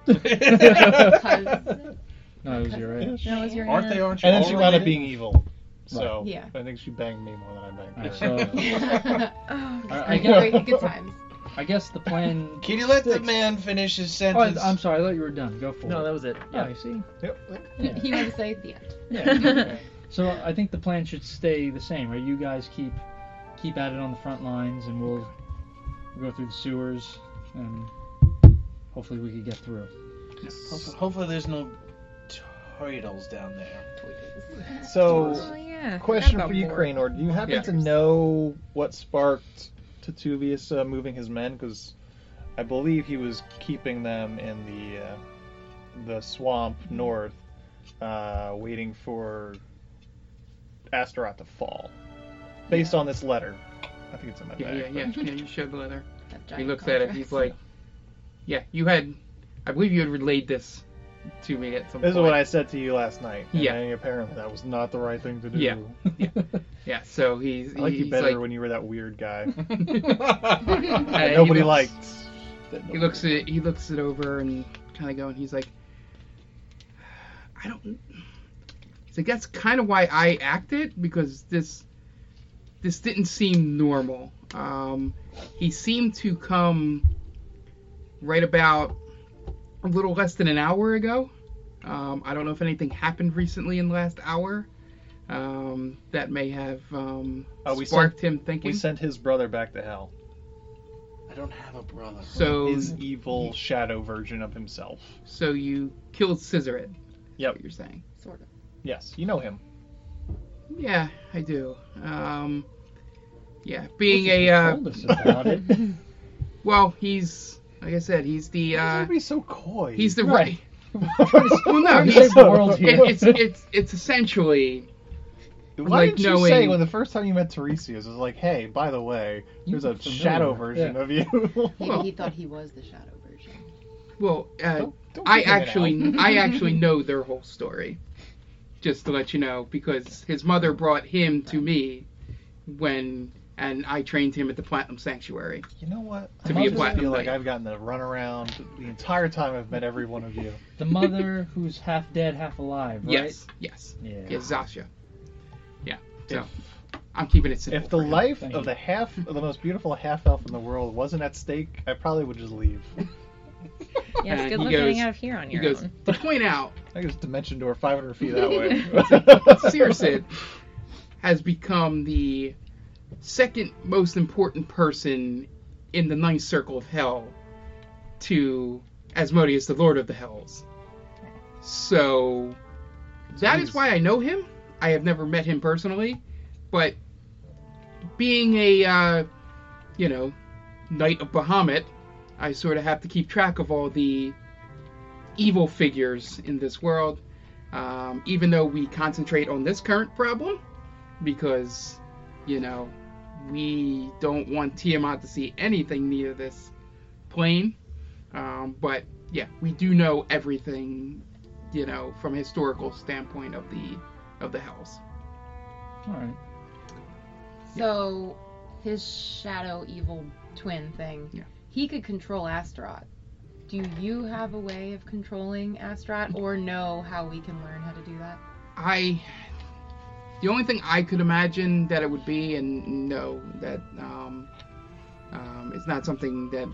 G: Cause,
F: No, it was your right.
C: No, it was your
B: Aren't
C: aunt.
B: they? Aren't you?
E: And then
B: all
E: she wound up
B: related?
E: being evil. So
G: Right. Yeah.
E: I think she banged me more than I banged her.
F: Alright,
C: Oh,
F: so I, I,
G: I
F: guess,
G: great, good times.
F: I guess the plan.
B: Kitty, let the
F: sticks.
B: man finish his
F: Oh,
B: sentence.
F: I, am sorry. I thought you were done. Go for
D: No,
F: it.
D: that was it.
F: yeah,
D: Yeah.
F: you see.
E: Yep.
F: Yeah.
G: He wanted to say the end.
F: Yeah. so I think the plan should stay the same, right? You guys keep keep at it on the front lines, and we'll go through the sewers, and hopefully we can get through.
B: Hopefully, hopefully there's no turtles down there. Please.
E: So, uh,
C: yeah.
E: question for you, Cranor. Do you happen
A: Yeah.
E: to know what sparked Tituvius uh, moving his men? Because I believe he was keeping them in the uh, the swamp north, uh, waiting for Astaroth to fall. Based on this letter. I think it's in my
A: Yeah,
E: bag.
A: yeah, yeah. yeah you showed the letter.
G: That
A: He
G: giant
A: looks at it.
G: contract.
A: He's like, "Yeah, you had. I believe you had relayed this to me at some
E: This is
A: point."
E: what I said to you last night. And
A: Yeah.
E: I- apparently that was not the right thing to do.
A: Yeah. Yeah. So he's.
E: I liked you
A: he's
E: better
A: like,
E: when you were that weird guy
A: uh,
E: that
A: he
E: nobody
A: looks-
E: liked. That
A: He
E: nobody-
A: looks it. He looks it over and kind of going. He's like, I don't. He's like, that's kind of why I acted because this, this didn't seem normal. Um, he seemed to come right about a little less than an hour ago. Um, I don't know if anything happened recently in the last hour. Um, that may have um,
E: Oh, we
A: sparked him thinking.
E: We sent his brother back to hell.
B: I don't have a brother.
A: so,
E: His evil shadow version of himself.
A: so you killed Scissorit.
E: Yep.
A: What you're saying.
G: sort of.
E: Yes, you know him.
A: Yeah, I do. Um, yeah, being a uh,
F: told us about it.
A: well, he's like I said, he's the uh,
E: Everybody's so coy.
A: he's the
E: No.
A: right. Well, no,
F: You
A: he's,
F: saved the world here.
A: it, it's it's it's essentially
E: Why
A: like
E: didn't you
A: knowing-
E: say when the first time you met Tiresias it was like, hey, by the way, there's a
F: look familiar.
E: shadow version
F: Yeah.
E: of you.
G: Maybe
A: Well-
G: he thought he was the shadow version.
A: well, uh,
E: Don't- don't
A: I
E: give him an
A: actually I actually know their whole story, just to let you know, because his mother brought him to me when and I trained him at the Platinum Sanctuary.
E: out. You know what?
A: To
E: I
A: be a
E: just
A: platinum
E: feel like
A: knight.
E: I've gotten the runaround the entire time I've met every one of you.
F: the mother who's half dead, half alive, right?
A: Yes, yes,
F: Yeah.
A: yes, Zasha. Yeah, so
E: If-
A: I'm keeping it simple.
E: If the
A: for him.
E: life
F: Thank
E: of
F: you.
E: the half, of the most beautiful half elf in the world wasn't at stake, I probably would just leave.
C: Yes,
A: Uh,
C: good
A: he goes-
C: luck getting out of here on
A: he
C: your
A: goes
C: own.
A: to point out
E: I guess dimension door 500 feet that way.
A: Searsid has become the second most important person in the ninth circle of hell to Asmodeus, the Lord of the Hells. So that is
E: Jeez.
A: why I know him. I have never met him personally, but being a uh, you know knight of Bahamut, I sort of have to keep track of all the evil figures in this world um, even though we concentrate on this current problem, because, you know, we don't want Tiamat to see anything near this plane. Um, but yeah, we do know everything, you know, from a historical standpoint of the of the hells.
F: All right.
G: So, his shadow evil twin thing.
A: Yeah.
G: He could control Astaroth. Do you have a way of controlling Astaroth, or know how we can learn how to do that?
A: I the only thing I could imagine that it would be, and no, that um, um, it's not something that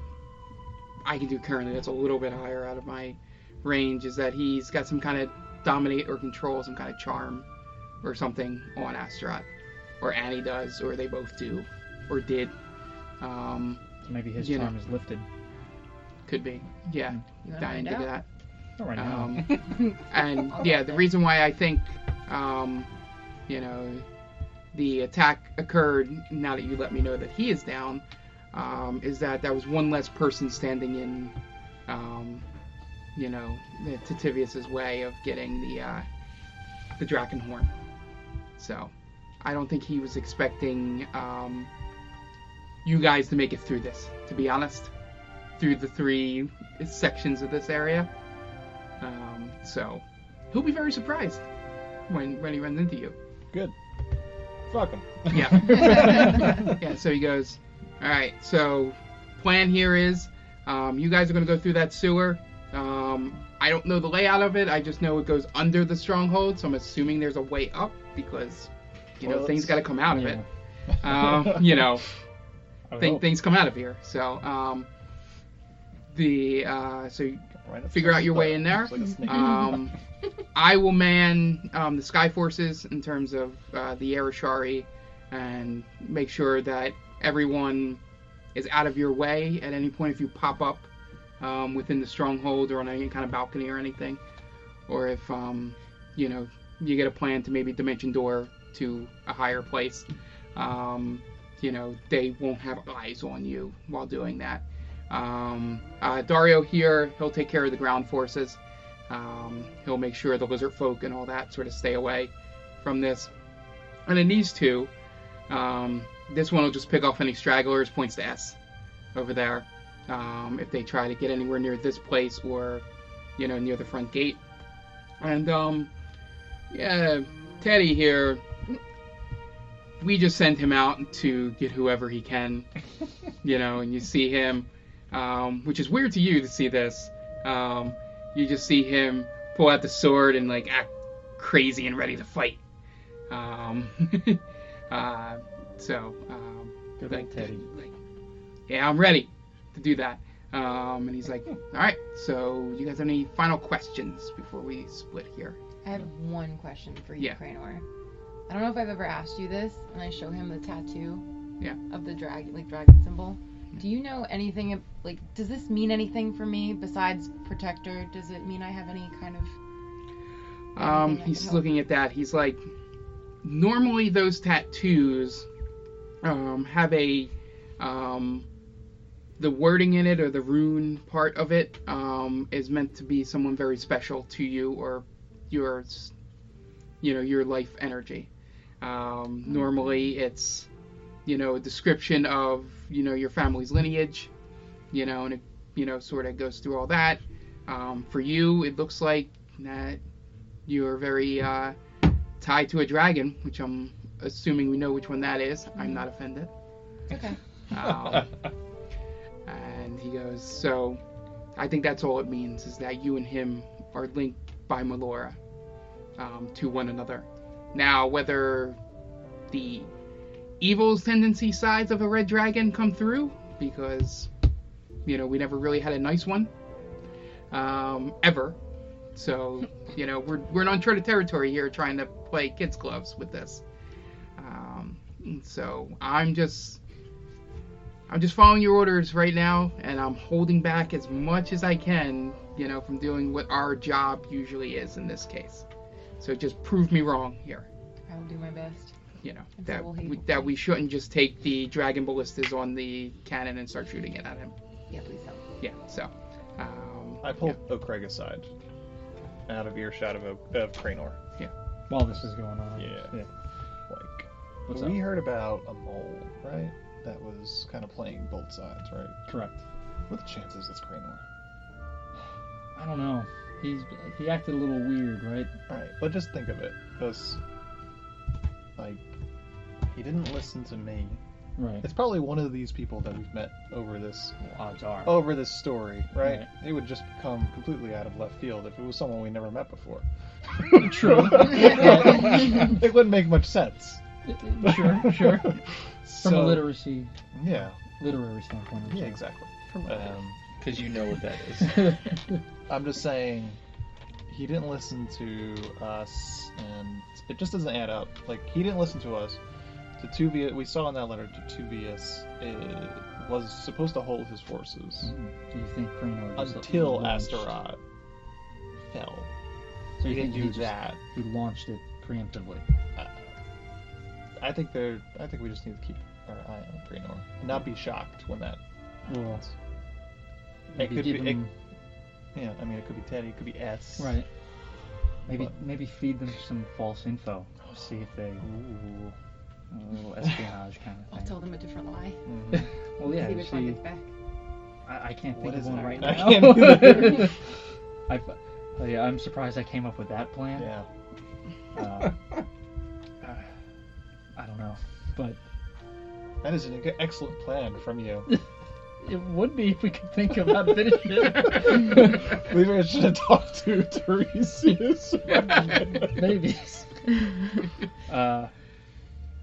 A: I can do currently. That's a little bit higher out of my range. Is that he's got some kind of dominate or control, some kind of charm or something on Astaroth, or Annie does, or they both do, or did. Um,
F: So maybe his
A: You know.
F: charm is lifted.
A: could be, yeah.
G: You wanna
A: Dying
G: Hmm. find
A: to
G: out?
A: do that.
F: Not right now.
A: Um, and yeah, the reason why I think, um, you know, the attack occurred now that you let me know that he is down, um, is that that was one less person standing in, um, you know, the Titivius's way of getting the uh, the Drakenhorn. So, I don't think he was expecting um, you guys to make it through this. To be honest, through the three sections of this area. Um, so he'll be very surprised when when he runs into you.
E: Good. Fuck him.
A: Yeah. yeah. So he goes, all right. So plan here is, Um, you guys are going to go through that sewer. Um, I don't know the layout of it. I just know it goes under the stronghold, so I'm assuming there's a way up because you know
E: Well,
A: things
E: it's-
A: got to come out of
F: Yeah.
A: it. Um, you know,
F: I would
A: thing,
F: hope.
A: things come out of here. So um, the uh, so
E: Right up
A: Figure
E: to
A: out your
E: the-
A: way in there.
E: looks like a snake.
A: um, I will man um, the Sky Forces in terms of uh, the Arashari and make sure that everyone is out of your way at any point if you pop up um, within the stronghold or on any kind of balcony or anything. Or if, um, you know, you get a plan to maybe dimension door to a higher place, um, you know, they won't have eyes on you while doing that. Um, uh, Dario here, he'll take care of the ground forces. Um, he'll make sure the lizard folk and all that sort of stay away from this. And then these two, um, this one will just pick off any stragglers, points to S over there. Um, if they try to get anywhere near this place or, you know, near the front gate. And, um, yeah, Teddy here, we just send him out to get whoever he can, you know, and you see him, um, which is weird to you to see this. Um, you just see him pull out the sword and like act crazy and ready to fight. Um, uh, so, um,
F: Good
A: like,
F: old Teddy.
A: like, yeah, I'm ready to do that. Um, and he's like, all right. So, you guys have any final questions before we split here?
G: I have one question for you,
A: Yeah.
G: Cranor. I don't know if I've ever asked you this, and I show him the tattoo
A: Yeah.
G: of the dragon, like dragon symbol. Do you know anything? ab- Like, does this mean anything for me besides protector? Does it mean I have any kind of?
A: Um,
G: Anything I
A: he's
G: can help
A: looking at that. He's like, normally those tattoos um, have a um, the wording in it or the rune part of it um, is meant to be someone very special to you or your s- you know your life energy. Um, Normally it's you know a description of you know your family's lineage, you know, and it you know sort of goes through all that. Um, for you, it looks like that you are very uh, tied to a dragon, which I'm assuming we know which one that is. I'm not offended.
G: Okay.
A: Um, and he goes, so I think that's all it means is that you and him are linked by Melora um, to one another. Now, whether the evil's tendency sides of a red dragon come through, because you know we never really had a nice one um, ever. So you know we're we're in uncharted territory here, trying to play kids gloves with this. Um, so I'm just I'm just following your orders right now, and I'm holding back as much as I can, you know, from doing what our job usually is in this case. So just prove me wrong here,
G: I will do my best.
A: you know,
G: And so
A: that
G: will he,
A: we, that we shouldn't just take the dragon ballistas on the cannon and start shooting it at him.
G: Yeah, please help.
A: Yeah, so. Um,
E: I pulled O'Craig aside, out of earshot of, o- of Cranor.
F: While this is going on.
E: Yeah.
F: yeah.
E: Like,
F: What's up?
E: we heard about a mole, right? That was kind of playing both sides, right?
F: Correct.
E: What are the chances it's Cranor?
F: I don't know. He's he acted a little weird, right?
E: Alright, but just think of it. Because, like, he didn't listen to me.
F: Right.
E: It's probably one of these people that we've met over this
F: Well, odds are.
E: over this story, right?
F: Right.
E: It would just come completely out of left field if it was someone we never met before.
F: True.
E: it wouldn't make much sense.
F: Uh, sure, sure. From a
E: So-
F: literacy,
E: Yeah,
F: literary standpoint. I'm
E: yeah,
F: sorry.
E: exactly. Um,
B: Because you know what that is.
E: I'm just saying, he didn't listen to us, and it just doesn't add up. Like he didn't listen to us. To Tuvius, we saw in that letter to Tuvius, it was supposed to hold his forces
F: Mm. Do you think Cranor just
E: until
F: launched-
E: Astaroth fell.
F: So
E: He
F: you
E: didn't
F: think
E: do
F: he just,
E: that.
F: He launched it preemptively.
E: I think they're. I think we just need to keep our eye on Draenor and not be shocked when that.
F: Well,
E: It
F: maybe
E: could
F: give
E: be- it-
F: him-
E: Yeah, I mean, it could be Teddy, it could be S.
F: right. Maybe
E: But-
F: maybe feed them some false info. See if they
E: Ooh.
F: a little espionage kind of
G: I'll
F: thing.
G: tell them a different lie.
E: Mhm.
F: Well, yeah.
G: See
F: you
G: which one
F: See,
G: gets back.
F: I, I can't
E: What
F: think of
E: is it?
F: one right
E: I
F: now.
E: can't either.
F: I, I, yeah, I'm surprised I came up with that plan.
E: yeah.
F: Uh, uh, I don't know, but
E: e-, That is an ex- excellent plan from you.
F: It would be if we could think about finishing it.
E: Maybe I should have talked to Tiresias.
F: Maybe. Uh,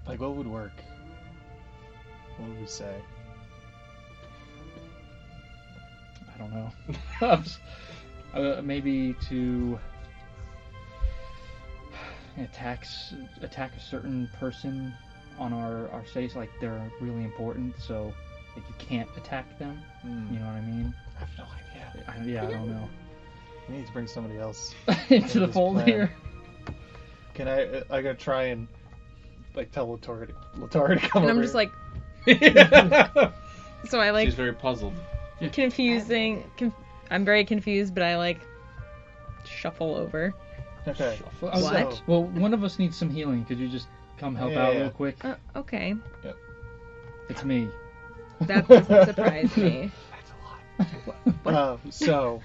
E: Like, what would work? What would we say?
F: I don't know. I'm s- uh, maybe to attack s- attack a certain person on our our stage, like they're really important, so like you can't attack them. You know what I mean?
E: Hmm. I have no idea.
F: I, yeah, I don't know.
E: We need to bring somebody else.
F: Into the
E: This
F: fold
E: plan.
F: here.
E: Can I? uh, I gotta try and like tell Latari Latari to come
C: And
E: over.
C: I'm just like,
E: like.
C: so I like
B: She's very puzzled.
C: confusing. Conf- I'm very confused, but I like shuffle over.
E: okay.
F: Well, I was-
C: What?
F: well, one of us needs some healing. Could you just come help
E: Yeah,
F: out
E: yeah.
F: real quick?
C: Uh, okay,
F: It's me.
C: that doesn't surprise me.
E: Um, so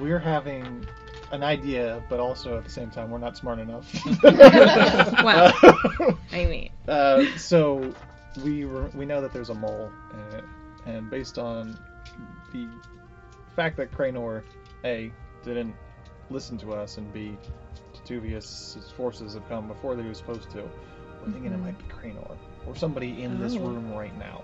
E: we're having an idea, but also at the same time, we're not smart enough.
C: Wow. I mean,
E: Uh, so we were, we know that there's a mole, uh, and based on the fact that Cranor a didn't listen to us, and b Tituvius's forces have come before they were supposed to, we're thinking it might be Cranor or somebody in this
C: Oh.
E: room right now.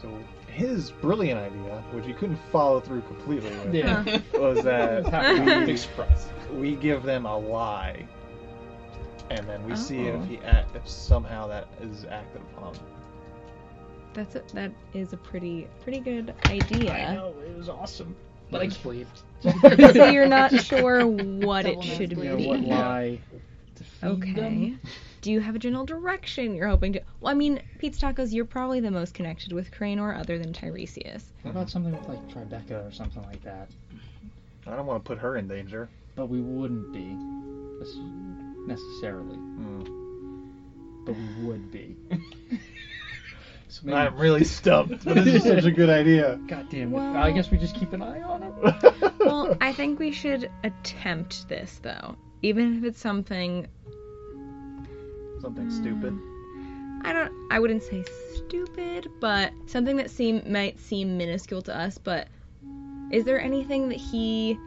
E: So his brilliant idea, which he couldn't follow through completely with,
F: Yeah.
E: was that
C: Happy.
B: Big surprise.
E: we give them a lie, and then we see
C: Oh.
E: if he act, if somehow that is acted upon.
C: that's a, that is a pretty pretty good idea.
B: know it was awesome,
A: But I believed.
C: So you're not sure what it
G: Double
C: should
G: nosebleed.
C: be.
F: Yeah, what lie?
C: Okay. Do you have a general direction you're hoping to? Well, I mean, Pete's Tacos, you're probably the most connected with Cranor other than Tiresias.
F: What about something with like Tribeca or something like that?
E: I don't want to put her in danger.
F: But we wouldn't be this- necessarily.
E: Hmm.
F: But we would be. so maybe,
E: I'm really stumped, but this is such a good idea.
F: God damn it.
C: Well-
F: I guess we just keep an eye on it.
C: well, I think we should attempt this though, even if it's something
E: Something stupid.
C: I don't. I wouldn't say stupid, but something that seem might seem minuscule to us. But is there anything that he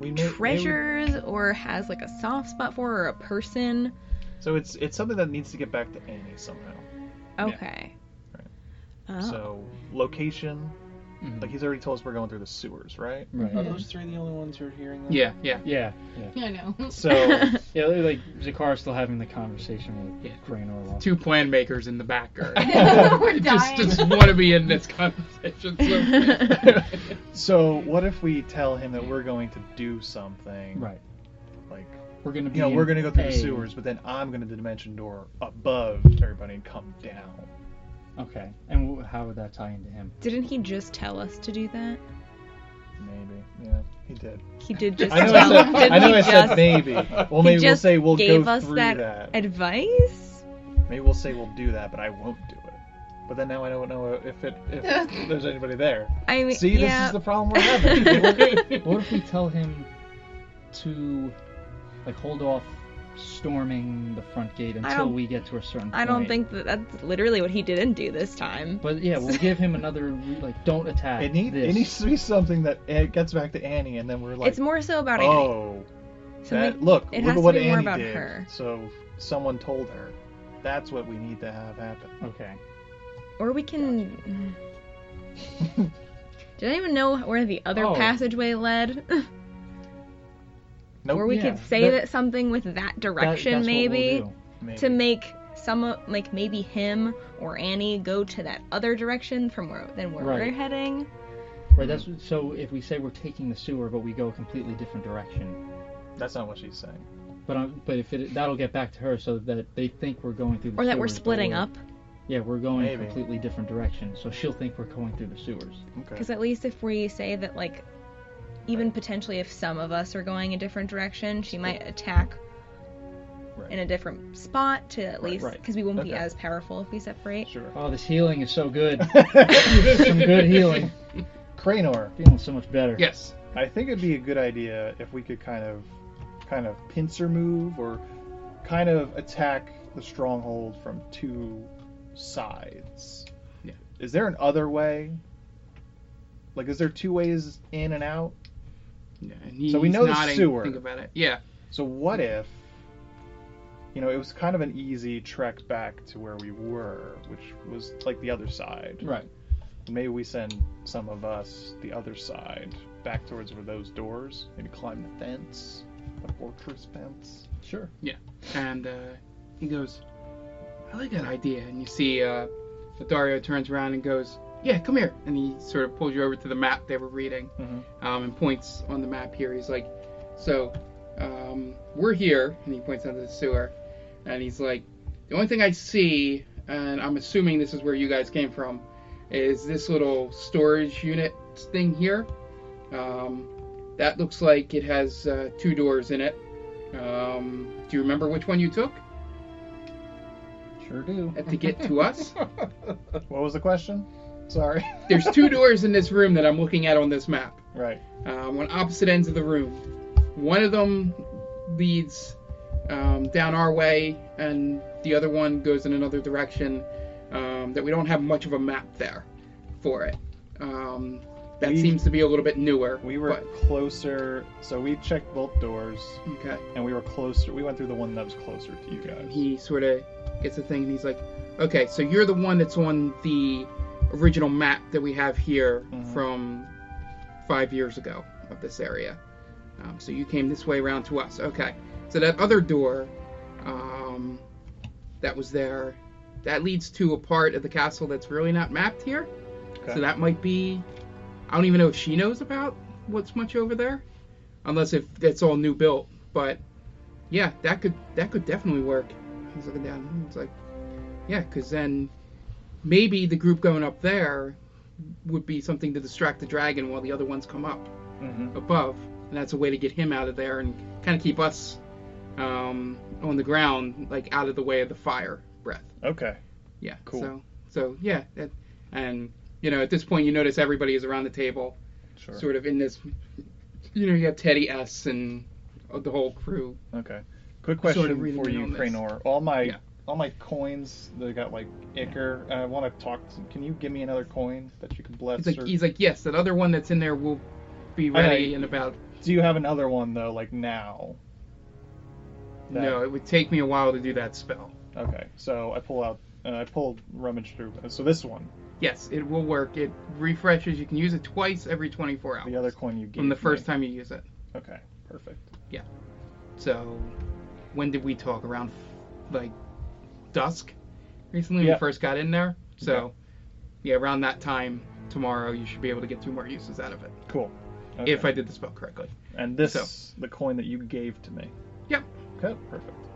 E: We may- may we-
C: treasures or has like a soft spot for, or a person?
E: so it's it's something that needs to get back to Amy somehow.
C: Okay. Oh.
E: So location,
F: Mhm.
E: like he's already told us we're going through the sewers, right?
F: Right.
B: Are those three the only ones who are hearing that?
A: Yeah, yeah.
F: Uh-huh. Yeah.
G: I know.
C: Oh.
E: So
F: Yeah, they're, like Zakara's still having the conversation with
A: Yeah.
F: Cranor. while-
A: Two plan makers in the back are
G: We're
A: just,
G: dying.
A: just want to be in this conversation. So.
E: so what if we tell him that we're going to do something?
F: Right.
E: Like
F: We're gonna be.
E: you know, we're
F: in
E: gonna go through
F: A.
E: the sewers, but then I'm gonna dimension door above everybody and come down.
F: Okay. And w- how would that tie into him?
C: Didn't he just tell us to do that?
E: Maybe. Yeah, he did.
C: He did just
E: I know I
C: tell us.
E: said,
C: Didn't
E: I know
C: he
E: I
C: just
E: said maybe. Well, maybe we'll
C: just
E: say we'll
C: gave
E: go
C: us
E: through
C: that
E: that.
C: advice?
E: Maybe we'll say we'll do that, but I won't do it. But then now I don't know if it if there's anybody there.
C: I mean,
E: See,
C: yeah.
E: this is the problem we're having.
F: What if we tell him to like hold off storming the front gate until
C: don't-
F: we get to a certain
C: I don't
F: point?
C: think that that's literally what he didn't do this time.
F: But yeah, we'll give him another re- like don't attack
E: it, need,
F: this.
E: it needs to be something that it gets back to Annie, and then we're like,
C: it's more so about Annie.
E: oh, that,
C: Something-
E: look,
C: it
E: look
C: has
E: at
C: to
E: what
C: be more
E: Annie
C: about
E: did.
C: her.
E: So someone told her. That's what we need to have happen.
F: Okay.
C: Or we can. Did I even know where the other
F: Oh.
C: passageway led?
E: Nope.
C: or we
F: Yeah,
C: could say
F: that-
C: that, something with that direction,
F: That- that's what we'll
C: maybe,
F: do.
E: Maybe.
C: to make some, o- like maybe him or Annie go to that other direction from where than where
F: Right.
C: we're heading.
F: Right. That's so. If we say we're taking the sewer, but we go a completely different direction,
E: That's not what she's saying.
F: but um, but if it that'll get back to her, so that they think we're going through. The
C: Or that we're
F: sewers, but
C: splitting up.
F: Yeah, we're going a
E: Maybe.
F: completely different direction, so she'll think we're going through the sewers.
E: Okay.
C: Because at least if we say that, like, even potentially if some of us are going a different direction, she might attack
E: Right.
C: in a different spot to at least.
F: right.
C: Because we won't be
E: Okay.
C: as powerful if we separate.
E: Sure.
F: Oh, this healing is so good. Some good healing.
E: Cranor,
F: Feeling so much better.
A: yes.
E: I think it'd be a good idea if we could kind of, kind of pincer move or kind of attack the stronghold from two sides.
A: Yeah.
E: Is there an other way? Like, is there two ways in and out?
A: Yeah, and he-
E: So we
A: he's
E: know the
A: nodding,
E: sewer.
A: Think about it. Yeah.
E: So what if, you know, it was kind of an easy trek back to where we were, which was like the other side.
F: Right.
E: Maybe we send some of us the other side back towards where those doors. Maybe climb the fence, the fortress fence.
F: Sure.
A: and uh, he goes, "I like that idea." And you see, uh, Lothario turns around and goes, "Yeah, come here." And he sort of pulls you over to the map they were reading,
E: Mhm.
A: um, and points on the map here. He's like, "So, um, we're here," and he points out to the sewer, and he's like, "The only thing I see, and I'm assuming this is where you guys came from, is this little storage unit thing here." Um, that looks like it has uh, two doors in it. Um, do you remember which one you took
F: Sure do.
A: to get to us?
E: What was the question? Sorry.
A: There's two doors in this room that I'm looking at on this map,
E: Right.
A: um, on opposite ends of the room. One of them leads um, down our way, and the other one goes in another direction um, that we don't have much of a map there for it. Um, that
E: We-
A: seems to be a little bit newer.
E: We were
A: but-
E: closer. So we checked both doors,
A: okay.
E: and we were closer. We went through the one that was closer to you
A: And
E: guys.
A: he sort of gets a thing and he's like, okay, so you're the one that's on the original map that we have here
E: Mhm.
A: from five years ago of this area. Um, so you came this way around to us. Okay. So that other door um, that was there, that leads to a part of the castle that's really not mapped here.
E: Okay.
A: So that might be. I don't even know if she knows about what's much over there, unless if it's all new built. But yeah, that could that could definitely work. He's looking down. It's like, yeah, because then maybe the group going up there would be something to distract the dragon while the other ones come up
E: Mhm.
A: above, and that's a way to get him out of there and kind of keep us um, on the ground, like out of the way of the fire breath.
E: Okay.
A: Yeah.
E: Cool.
A: So, so yeah, that, and you know, at this point, you notice everybody is around the table,
E: Sure.
A: sort of in this. You know, you have Teddy S and the whole crew.
E: Okay. Quick
A: Sort
E: question
A: of reading
E: for
A: in
E: you,
A: on this.
E: Cranor. All my
A: Yeah.
E: all my coins that got like Icker. I want to talk. To, can you give me another coin that you can bless?
A: He's like,
E: or-
A: he's like, yes, that other one that's in there will be
E: I know.
A: ready in about.
E: Do you have another one though? Like now. That-
A: No, it would take me a while to do that spell.
E: Okay. So I pull out. Uh, I pulled rummage through. uh, So this one,
A: Yes, it will work. It refreshes. You can use it twice every 24 hours.
E: the other coin you gave.
A: from the first
E: me.
A: time you use it.
E: Okay. Perfect.
A: So, when did we talk? Around like dusk recently when
E: Yeah.
A: we first got in there. So,
E: Okay.
A: yeah, around that time tomorrow, you should be able to get two more uses out of it
E: Cool.
A: if I did the spell correctly.
E: And this
A: so-
E: the coin that you gave to me.
A: Yep.
E: Okay. Perfect.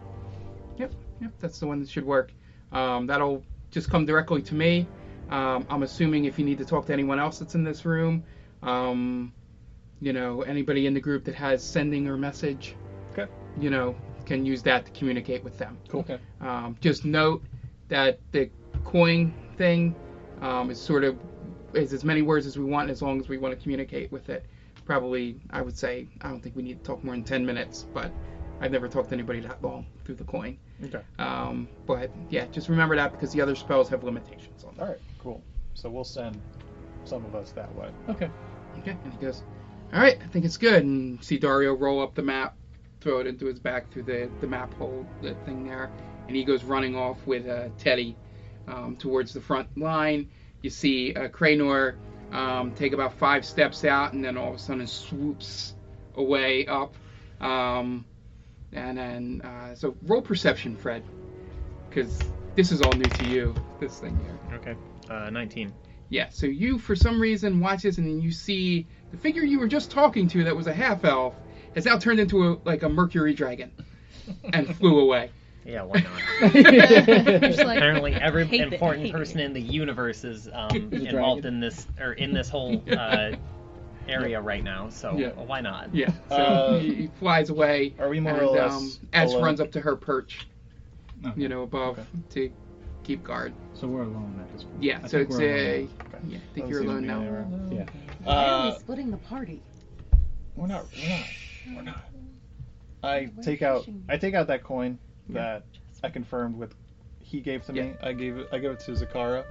A: Yep, that's the one that should work. Um, that'll just come directly to me. Um, I'm assuming if you need to talk to anyone else that's in this room, um, you know, anybody in the group that has sending or message,
E: Okay.
A: you know, can use that to communicate with them.
E: Cool.
F: Okay.
A: Um, just note that the coin thing um, is sort of is as many words as we want as long as we want to communicate with it. Probably, I would say I don't think we need to talk more than ten minutes, but I've never talked to anybody that long through the coin.
E: Okay.
A: Um, but yeah, just remember that because the other spells have limitations on them.
E: All right. Cool. So we'll send some of us that way.
F: Okay.
A: Okay, and he goes, "All right, I think it's good." And see Dario roll up the map, throw it into his back through the the map hole, the thing there, and he goes running off with uh, Teddy um, towards the front line. You see uh, Cranor um, take about five steps out, and then all of a sudden swoops away up. Um, and then, uh, so roll perception, Fred, because this is all new to you. This thing here.
D: Okay. Uh, 19.
A: Yeah, so you, for some reason, watch this and then you see the figure you were just talking to that was a half elf has now turned into a, like a mercury dragon and flew away.
D: Yeah, why not?
C: Just like,
D: Apparently, every
C: hate it,
D: important
C: hate
D: person in the universe is um,
F: Is a
D: involved
F: dragon.
D: in this or in this whole uh, area right now. So
A: Yeah.
D: why not?
A: Yeah, so
E: Uh,
A: he, he flies away.
E: Are we more
A: and
E: or less?
A: um, S
E: alone?
A: runs up to her perch,
F: Okay.
A: you know, above
E: Okay.
A: to keep guard.
F: So we're alone at this point.
A: Yeah,
F: I
A: so
F: think
A: it's
F: we're
A: a.
F: alone.
A: Yeah, I think
E: Doesn't
A: you're
E: seem to
A: alone
E: be
A: now.
E: anywhere.
F: Yeah.
G: Why are
E: Uh,
G: we splitting the party?
E: We're not. We're not. We're not. I take out. I take out that coin that I confirmed with. He gave to me. I gave it. I gave it to Zakara.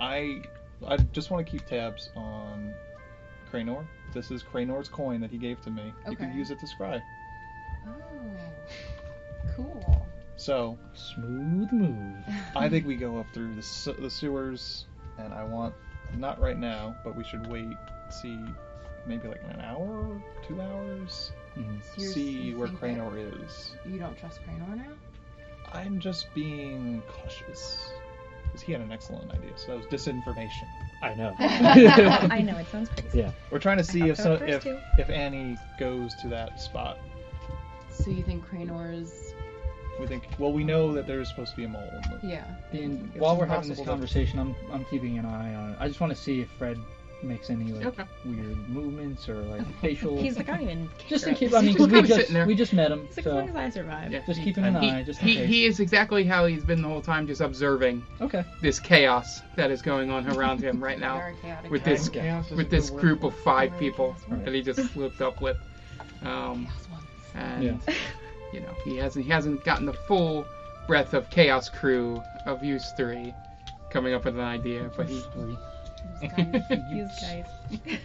E: I I just want to keep tabs on Cranor. This is Cranor's coin that he gave to me. You can
G: Okay.
E: use it to scry.
G: Oh, cool.
E: So
F: Smooth move.
E: I think we go up through the, se- the sewers, and I want not right now, but we should wait, see, maybe like an hour, two hours,
G: So you're-
E: see
G: you
E: where
G: think that
E: Cranor is.
G: You don't trust Cranor now?
E: I'm just being cautious. Because he had an excellent idea, so that was disinformation.
F: I know.
C: I know it sounds crazy.
F: Yeah.
E: We're trying to see
C: I
E: if
C: thought
E: some,
C: there were
E: if
C: two.
E: if Annie goes to that spot.
G: So you think Cranor's?
E: We think well, we know that there's supposed to be a mole. In the,
G: Yeah.
F: And
E: It's
F: while we're having this
E: impossible to-
F: conversation, I'm I'm keeping an eye on it. I just want to see if Fred makes any like
A: Okay.
F: weird movements or like facial.
C: He's like, I don't even care.
F: just to
C: about
F: keep.
C: this.
F: I mean,
A: He's just
F: 'cause we
A: kinda
F: just
A: sitting there.
F: we just met him,
C: He's like, as long
F: so
C: as I survive.
A: Yeah.
F: just keeping an
A: He,
F: eye. Just in
A: he,
F: case.
A: he is exactly how he's been the whole time, just observing
F: Okay.
A: this chaos that is going on around him right
G: They
A: now
G: are chaotic
A: with
E: Right.
A: this
F: Okay.
E: Chaos is a
A: with
E: good
A: this
E: word
A: group
E: for
A: of five
G: Alright,
A: people
G: chaos
F: ones.
A: that he just looped up with. Um,
G: chaos ones.
A: and
F: Yeah.
A: you know he hasn't he hasn't gotten the full breadth of chaos crew of use three coming up with an idea, but he.
F: Three.
G: Those guys.
C: These guys.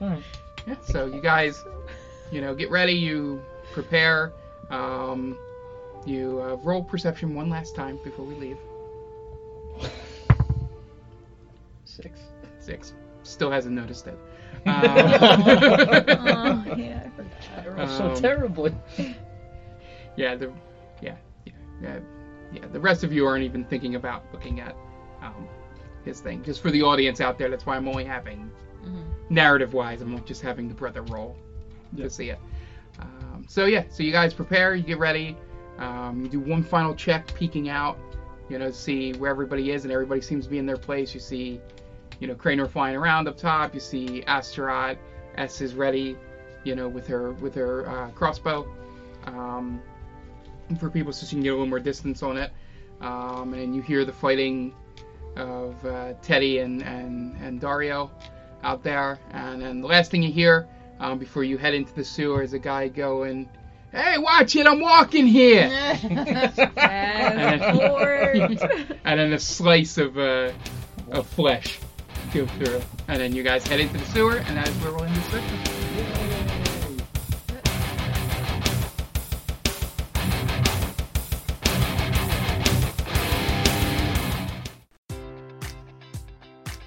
F: All right.
A: Yeah, so you guys, you know, get ready. You prepare. Um, you uh, roll perception one last time before we leave.
E: Six.
A: Six. Still hasn't noticed it. Um,
C: oh, yeah, I forgot.
F: They're all so
A: Um,
F: terribly.
A: yeah, the yeah, yeah, yeah, uh, yeah. The rest of you aren't even thinking about looking at um, his thing. Just for the audience out there, that's why I'm only having
G: Mhm.
A: narrative-wise, I'm just having the brother roll
E: Yeah.
A: to see it. Um, so yeah, so you guys prepare, you get ready, um, you do one final check, peeking out, you know, see where everybody is, and everybody seems to be in their place. You see, you know, Cranor flying around up top. You see Astaroth. S is ready, you know, with her with her uh, crossbow. Um, for people so she can get a little more distance on it. Um, and you hear the fighting of uh, Teddy and, and, and Dario out there. And then the last thing you hear um, before you head into the sewer is a guy going, Hey, watch it, I'm walking here!
C: Yes, Lord.
A: and then a slice of, uh, of flesh go through. And then you guys head into the sewer, and that is where we'll end this section.